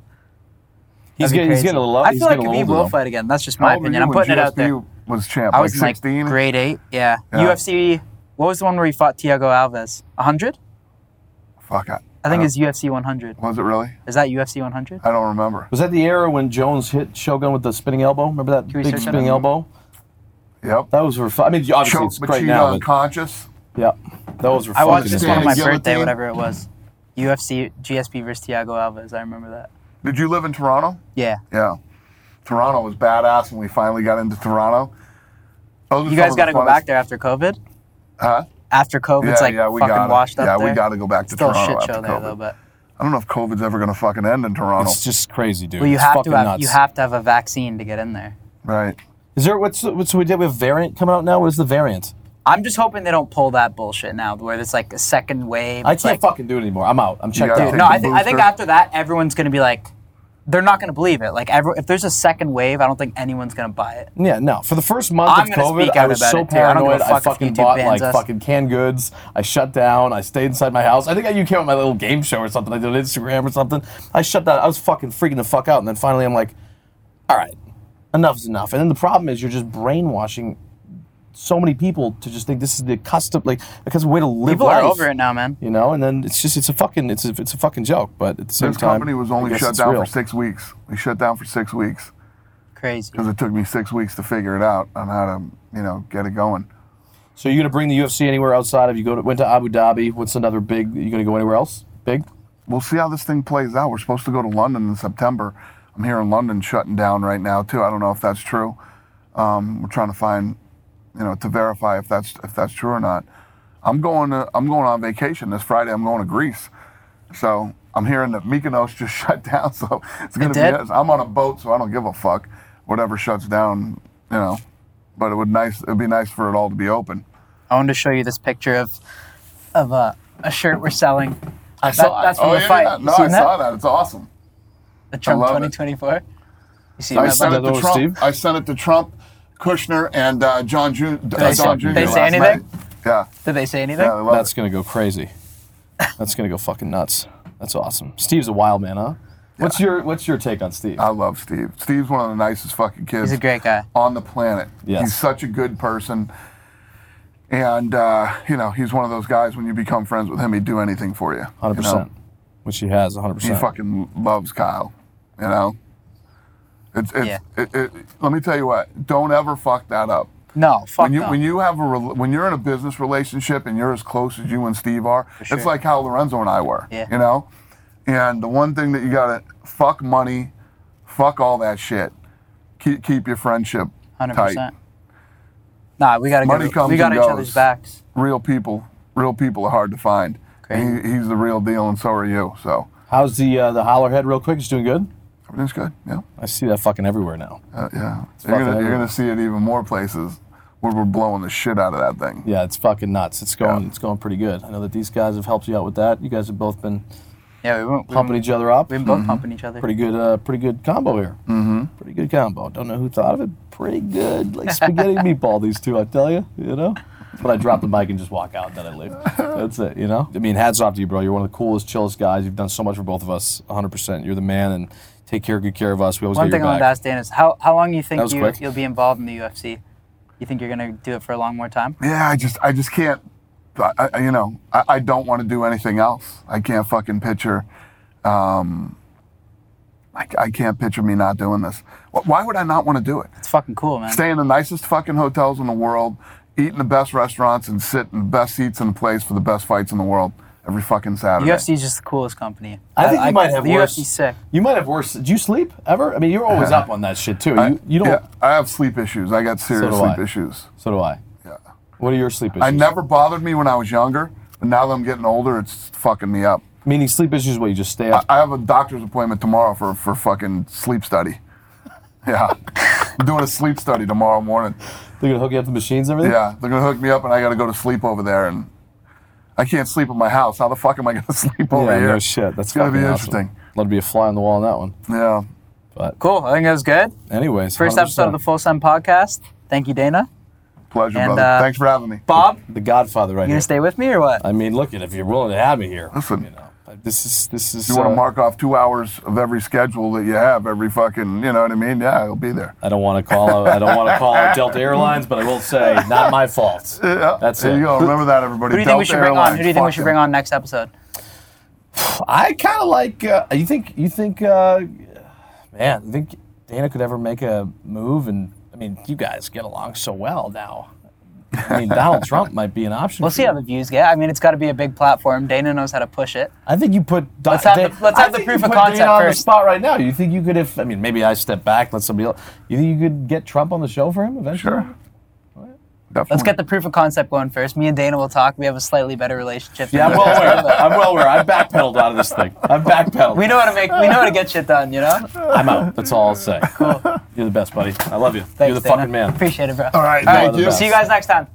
[SPEAKER 1] He's
[SPEAKER 3] That'd be
[SPEAKER 1] getting, he's
[SPEAKER 3] crazy.
[SPEAKER 1] getting a little.
[SPEAKER 3] I
[SPEAKER 1] he's
[SPEAKER 3] feel like
[SPEAKER 1] getting a
[SPEAKER 3] Khabib
[SPEAKER 1] little
[SPEAKER 3] will
[SPEAKER 1] older, though.
[SPEAKER 3] fight again. That's just my
[SPEAKER 2] How old were
[SPEAKER 3] opinion.
[SPEAKER 2] you
[SPEAKER 3] I'm
[SPEAKER 2] when
[SPEAKER 3] putting it out
[SPEAKER 2] GSP
[SPEAKER 3] there.
[SPEAKER 2] Was champ.
[SPEAKER 3] I
[SPEAKER 2] like
[SPEAKER 3] was in
[SPEAKER 2] 16.
[SPEAKER 3] like grade eight. Yeah.
[SPEAKER 2] Yeah.
[SPEAKER 3] UFC. What was the one where he fought Tiago Alves? 100?
[SPEAKER 2] Fuck it.
[SPEAKER 3] I think it's UFC 100.
[SPEAKER 2] Was it really?
[SPEAKER 3] Is that UFC 100?
[SPEAKER 2] I don't remember.
[SPEAKER 1] Was that the era when Jones hit Shogun with the spinning elbow? Remember that
[SPEAKER 3] we
[SPEAKER 1] big
[SPEAKER 3] search that
[SPEAKER 1] spinning
[SPEAKER 3] up?
[SPEAKER 1] elbow?
[SPEAKER 2] Yep.
[SPEAKER 1] That was for. fu- I mean, obviously
[SPEAKER 2] Choke
[SPEAKER 1] it's great
[SPEAKER 2] Machida
[SPEAKER 1] now. But,
[SPEAKER 2] unconscious.
[SPEAKER 1] yeah, that was for.
[SPEAKER 3] uh, I watched
[SPEAKER 1] fucking
[SPEAKER 3] this one on
[SPEAKER 1] days.
[SPEAKER 3] my
[SPEAKER 2] Guillotine.
[SPEAKER 3] birthday, whatever it was. UFC GSP versus Tiago Alves. I remember that.
[SPEAKER 2] Did you live in Toronto?
[SPEAKER 3] Yeah.
[SPEAKER 2] Yeah. Toronto was badass when we finally got into Toronto. Those are
[SPEAKER 3] You
[SPEAKER 2] some
[SPEAKER 3] guys
[SPEAKER 2] of
[SPEAKER 3] got to
[SPEAKER 2] the
[SPEAKER 3] go back
[SPEAKER 2] funnest-
[SPEAKER 3] there after COVID.
[SPEAKER 2] Huh?
[SPEAKER 3] After COVID, it's
[SPEAKER 2] Yeah,
[SPEAKER 3] like
[SPEAKER 2] yeah, we
[SPEAKER 3] fucking
[SPEAKER 2] gotta-
[SPEAKER 3] washed up
[SPEAKER 2] yeah, we
[SPEAKER 3] there.
[SPEAKER 2] gotta go back to
[SPEAKER 3] Still a
[SPEAKER 2] Toronto
[SPEAKER 3] shit show
[SPEAKER 2] after
[SPEAKER 3] there
[SPEAKER 2] COVID.
[SPEAKER 3] though, but
[SPEAKER 2] I don't know if COVID's ever going to fucking end in Toronto.
[SPEAKER 1] It's just crazy, dude.
[SPEAKER 3] well, you
[SPEAKER 1] It's
[SPEAKER 3] have to
[SPEAKER 1] fucking
[SPEAKER 3] have
[SPEAKER 1] nuts.
[SPEAKER 3] you have to have a vaccine to get in there.
[SPEAKER 2] right.
[SPEAKER 1] Is there what's what's we did with variant coming out now? What is the variant?
[SPEAKER 3] I'm just hoping they don't pull that bullshit now, where there's like a second wave.
[SPEAKER 1] I
[SPEAKER 3] It's
[SPEAKER 1] can't
[SPEAKER 3] like,
[SPEAKER 1] fucking do it anymore. I'm out. I'm checked
[SPEAKER 2] gotta
[SPEAKER 1] out.
[SPEAKER 2] take
[SPEAKER 3] no,
[SPEAKER 2] the
[SPEAKER 3] I think I think
[SPEAKER 2] booster.
[SPEAKER 3] after that, everyone's gonna be like, they're not gonna believe it. Like, every, if there's a second wave, I don't think anyone's gonna buy it.
[SPEAKER 1] Yeah, no. For the first month
[SPEAKER 3] I'm
[SPEAKER 1] of
[SPEAKER 3] gonna
[SPEAKER 1] COVID,
[SPEAKER 3] speak
[SPEAKER 1] I
[SPEAKER 3] out
[SPEAKER 1] was
[SPEAKER 3] about
[SPEAKER 1] so
[SPEAKER 3] it, too. I don't give a
[SPEAKER 1] paranoid. I,
[SPEAKER 3] fuck if
[SPEAKER 1] fucking
[SPEAKER 3] YouTube
[SPEAKER 1] bought
[SPEAKER 3] bans
[SPEAKER 1] like
[SPEAKER 3] us.
[SPEAKER 1] fucking canned goods. I shut down. I stayed inside my house. I think I, you came on my little game show or something. I did an Instagram or something. I shut down. I was fucking freaking the fuck out. And then finally, I'm like, all right, enough is enough. And then the problem is you're just brainwashing so many people to just think this is the custom, like because way to live
[SPEAKER 3] People
[SPEAKER 1] life.
[SPEAKER 3] are over it now, man.
[SPEAKER 1] You know, and then it's just it's a fucking it's a, it's a fucking joke. But at the same
[SPEAKER 2] This
[SPEAKER 1] time,
[SPEAKER 2] company was
[SPEAKER 1] I
[SPEAKER 2] only
[SPEAKER 1] guess
[SPEAKER 2] shut
[SPEAKER 1] it's
[SPEAKER 2] down
[SPEAKER 1] real.
[SPEAKER 2] for six weeks. We shut down for six weeks
[SPEAKER 3] Crazy.
[SPEAKER 2] because it took me six weeks to figure it out on how to, you know, get it going.
[SPEAKER 1] So you're gonna bring the UFC anywhere outside of you go to went to Abu Dhabi? What's another big? You gonna go anywhere else? Big?
[SPEAKER 2] We'll see how this thing plays out. We're supposed to go to London in September. I'm here in London shutting down right now too. I don't know if that's true. Um, we're trying to find, you know, to verify if that's if that's true or not. I'm going to I'm going on vacation this Friday. I'm going to Greece. So I'm hearing that Mykonos just shut down. So it's gonna be.
[SPEAKER 3] did?
[SPEAKER 2] us. I'm on a boat, so I don't give a fuck. Whatever shuts down, you know. But it would nice. It'd be nice for it all to be open.
[SPEAKER 3] I wanted to show you this picture of of uh, a shirt we're selling. I
[SPEAKER 1] saw it.
[SPEAKER 3] That's from
[SPEAKER 2] oh
[SPEAKER 3] the
[SPEAKER 2] yeah,
[SPEAKER 3] fight.
[SPEAKER 2] yeah.
[SPEAKER 3] You
[SPEAKER 2] no,
[SPEAKER 3] seen
[SPEAKER 2] I saw that. It's awesome.
[SPEAKER 3] The Trump
[SPEAKER 2] love it.
[SPEAKER 3] 2024. You see
[SPEAKER 2] I
[SPEAKER 3] that?
[SPEAKER 2] sent
[SPEAKER 1] button.
[SPEAKER 2] it to
[SPEAKER 1] Hello,
[SPEAKER 2] Trump.
[SPEAKER 1] Steve.
[SPEAKER 2] I sent it to Trump, Kushner, and uh, John June.
[SPEAKER 3] they
[SPEAKER 2] Uh,
[SPEAKER 3] say-
[SPEAKER 2] Don Jr.
[SPEAKER 3] they
[SPEAKER 2] last
[SPEAKER 3] say anything?
[SPEAKER 2] night. Yeah.
[SPEAKER 3] Did they say anything?
[SPEAKER 2] yeah they love
[SPEAKER 1] That's
[SPEAKER 2] it.
[SPEAKER 1] gonna go crazy. That's gonna go fucking nuts. That's awesome. Steve's a wild man, huh? What's your What's your take on Steve?
[SPEAKER 3] Uh,
[SPEAKER 2] I love Steve. Steve's one of the nicest fucking kids.
[SPEAKER 3] He's a great guy.
[SPEAKER 2] On the planet.
[SPEAKER 1] Yes.
[SPEAKER 2] He's such a good person. And, uh, you know, he's one of those guys when you become friends with him, he'd do anything for you.
[SPEAKER 1] Hundred percent, which he has. Hundred
[SPEAKER 2] He
[SPEAKER 1] percent.
[SPEAKER 2] fucking loves Kyle. You know? It's, it's,
[SPEAKER 3] Yeah.
[SPEAKER 2] it, it, let me tell you what, don't ever fuck that up.
[SPEAKER 3] No, fuck
[SPEAKER 2] when you
[SPEAKER 3] no.
[SPEAKER 2] when you have a rel- when you're in a business relationship and you're as close as you and Steve are, it's like how Lorenzo and I were.
[SPEAKER 3] Yeah.
[SPEAKER 2] You know, and the one thing that you gotta fuck money, fuck all that shit. Keep keep your friendship
[SPEAKER 3] Hundred
[SPEAKER 2] tight.
[SPEAKER 3] percent. Nah, we gotta
[SPEAKER 2] Money
[SPEAKER 3] go.
[SPEAKER 2] comes
[SPEAKER 3] we got
[SPEAKER 2] and
[SPEAKER 3] each
[SPEAKER 2] goes.
[SPEAKER 3] other's backs.
[SPEAKER 2] Real people, real people are hard to find.
[SPEAKER 3] Great.
[SPEAKER 2] He, he's the real deal, and so are you. So
[SPEAKER 1] How's the uh, the holler head? Real quick, he's doing good.
[SPEAKER 2] everything's good. Yeah,
[SPEAKER 1] I see that fucking everywhere now.
[SPEAKER 2] Uh, yeah. You're gonna,
[SPEAKER 1] fucking
[SPEAKER 2] you're
[SPEAKER 1] everywhere.
[SPEAKER 2] gonna see it even more places where we're blowing the shit out of that thing.
[SPEAKER 1] Yeah, it's fucking nuts. It's going It's going pretty good. I know that these guys have helped you out with that. You guys have both been
[SPEAKER 3] Yeah, we won't.
[SPEAKER 1] pumping each other up.
[SPEAKER 3] We've been both pumping each other.
[SPEAKER 1] pretty good uh, pretty good combo here. Mm-hmm. Pretty good combo. Don't know who thought of it. Pretty good, like spaghetti and meatball. These two, I tell you, you know. But I drop the mic and just walk out. Then I leave. That's it, you know. I mean, hats off to you, bro. You're one of the coolest, chillest guys. You've done so much for both of us. 100. percent You're the man, and take care, good care of us. We always
[SPEAKER 3] One
[SPEAKER 1] get
[SPEAKER 3] thing I
[SPEAKER 1] your
[SPEAKER 3] wanted to
[SPEAKER 1] back.
[SPEAKER 3] ask Dan is how how long you
[SPEAKER 1] That
[SPEAKER 3] think
[SPEAKER 1] was
[SPEAKER 3] you
[SPEAKER 1] quick.
[SPEAKER 3] you'll be involved in the UFC? You think you're gonna do it for a long more time?
[SPEAKER 2] yeah, I just, I just can't. I, I, you know, I, I don't want to do anything else. I can't fucking picture. Um, I, I can't picture me not doing this. Wh- Why would I not want to do it?
[SPEAKER 3] It's fucking cool, man.
[SPEAKER 2] Stay in the nicest fucking hotels in the world, eat in the best restaurants, and sit in the best seats in the place for the best fights in the world every fucking Saturday.
[SPEAKER 3] UFC is just the coolest company.
[SPEAKER 1] I think you might have
[SPEAKER 3] the
[SPEAKER 1] worse.
[SPEAKER 3] UFC's sick.
[SPEAKER 1] You might have worse. Do you sleep ever? I mean, you're always up on that shit too. You, you don't.
[SPEAKER 2] Yeah, I have sleep issues. I got serious
[SPEAKER 1] do
[SPEAKER 2] sleep
[SPEAKER 1] I.
[SPEAKER 2] issues.
[SPEAKER 1] So do I.
[SPEAKER 2] Yeah.
[SPEAKER 1] What are your sleep issues?
[SPEAKER 2] I never bothered me when I was younger, but now that I'm getting older, it's fucking me up.
[SPEAKER 1] Meaning sleep issues? What you just stay up?
[SPEAKER 2] I have a doctor's appointment tomorrow for, for fucking sleep study. Yeah. I'm doing a sleep study tomorrow morning.
[SPEAKER 1] They're gonna hook you up to machines, and everything.
[SPEAKER 2] Yeah. They're going to hook me up and I got to go to sleep over there. And I can't sleep in my house. How the fuck am I going to sleep over
[SPEAKER 1] Yeah,
[SPEAKER 2] here?
[SPEAKER 1] Oh, no shit. That's
[SPEAKER 2] It's gonna be
[SPEAKER 1] fucking awesome.
[SPEAKER 2] interesting.
[SPEAKER 1] Love to be a fly on the wall on that one.
[SPEAKER 2] Yeah.
[SPEAKER 1] But
[SPEAKER 3] Cool. I think that was good.
[SPEAKER 1] anyways,
[SPEAKER 3] 1st episode of the
[SPEAKER 1] 100%.
[SPEAKER 3] Full Sun Podcast. Thank you, Dana.
[SPEAKER 2] Pleasure,
[SPEAKER 3] And,
[SPEAKER 2] brother.
[SPEAKER 3] uh,
[SPEAKER 2] Thanks for having me.
[SPEAKER 3] Bob, you
[SPEAKER 1] the Godfather right
[SPEAKER 3] gonna
[SPEAKER 1] here.
[SPEAKER 3] stay with me or what?
[SPEAKER 1] I mean, look at if you're willing to have me here.
[SPEAKER 2] Listen.
[SPEAKER 1] you know, this is this is.
[SPEAKER 2] you want
[SPEAKER 1] uh,
[SPEAKER 2] to mark off two hours of every schedule that you have, every fucking, you know what I mean? Yeah, I'll be there.
[SPEAKER 1] I don't want to call. out- I don't want to call out Delta Airlines, but I will say, not my fault.
[SPEAKER 2] Yeah,
[SPEAKER 1] That's
[SPEAKER 2] there
[SPEAKER 1] it.
[SPEAKER 2] you go. Remember that, everybody.
[SPEAKER 3] Who do you think
[SPEAKER 2] Delta
[SPEAKER 3] we should bring on?
[SPEAKER 2] Airlines.
[SPEAKER 3] Who do you think we
[SPEAKER 2] Fuck
[SPEAKER 3] should
[SPEAKER 2] them.
[SPEAKER 3] bring on next episode?
[SPEAKER 1] I kind of like. Uh, you think? You think? Uh, man, you think Dana could ever make a move? And I mean, you guys get along so well now. I mean, Donald Trump might be an option.
[SPEAKER 3] We'll
[SPEAKER 1] for
[SPEAKER 3] see
[SPEAKER 1] you.
[SPEAKER 3] how the views get. I mean, it's got to be a big platform. Dana knows how to push it.
[SPEAKER 1] I think you put. Don-
[SPEAKER 3] Let's have
[SPEAKER 1] Dan-
[SPEAKER 3] the- let's have
[SPEAKER 1] I
[SPEAKER 3] the
[SPEAKER 1] think
[SPEAKER 3] proof
[SPEAKER 1] you
[SPEAKER 3] of
[SPEAKER 1] put
[SPEAKER 3] concept
[SPEAKER 1] Dana on the
[SPEAKER 3] first.
[SPEAKER 1] spot right now. You think you could if? I mean, maybe I step back, let somebody else. You think you could get Trump on the show for him eventually?
[SPEAKER 2] Sure. Definitely.
[SPEAKER 3] Let's get the proof of concept going first. Me and Dana will talk. We have a slightly better relationship.
[SPEAKER 1] Yeah, I'm
[SPEAKER 3] than
[SPEAKER 1] well
[SPEAKER 3] the two
[SPEAKER 1] aware.
[SPEAKER 3] of us.
[SPEAKER 1] I'm well aware. I backpedaled out of this thing. I backpedaled.
[SPEAKER 3] We know how to make. We know how to get shit done. You know.
[SPEAKER 1] I'm out. That's all I'll say. You're the best, buddy. I love you.
[SPEAKER 3] Thanks,
[SPEAKER 1] You're the
[SPEAKER 3] Dana.
[SPEAKER 1] fucking man.
[SPEAKER 3] Appreciate it, bro.
[SPEAKER 2] All right.
[SPEAKER 3] All
[SPEAKER 2] thank
[SPEAKER 1] the
[SPEAKER 3] right.
[SPEAKER 2] you.
[SPEAKER 1] best.
[SPEAKER 3] See you guys next time.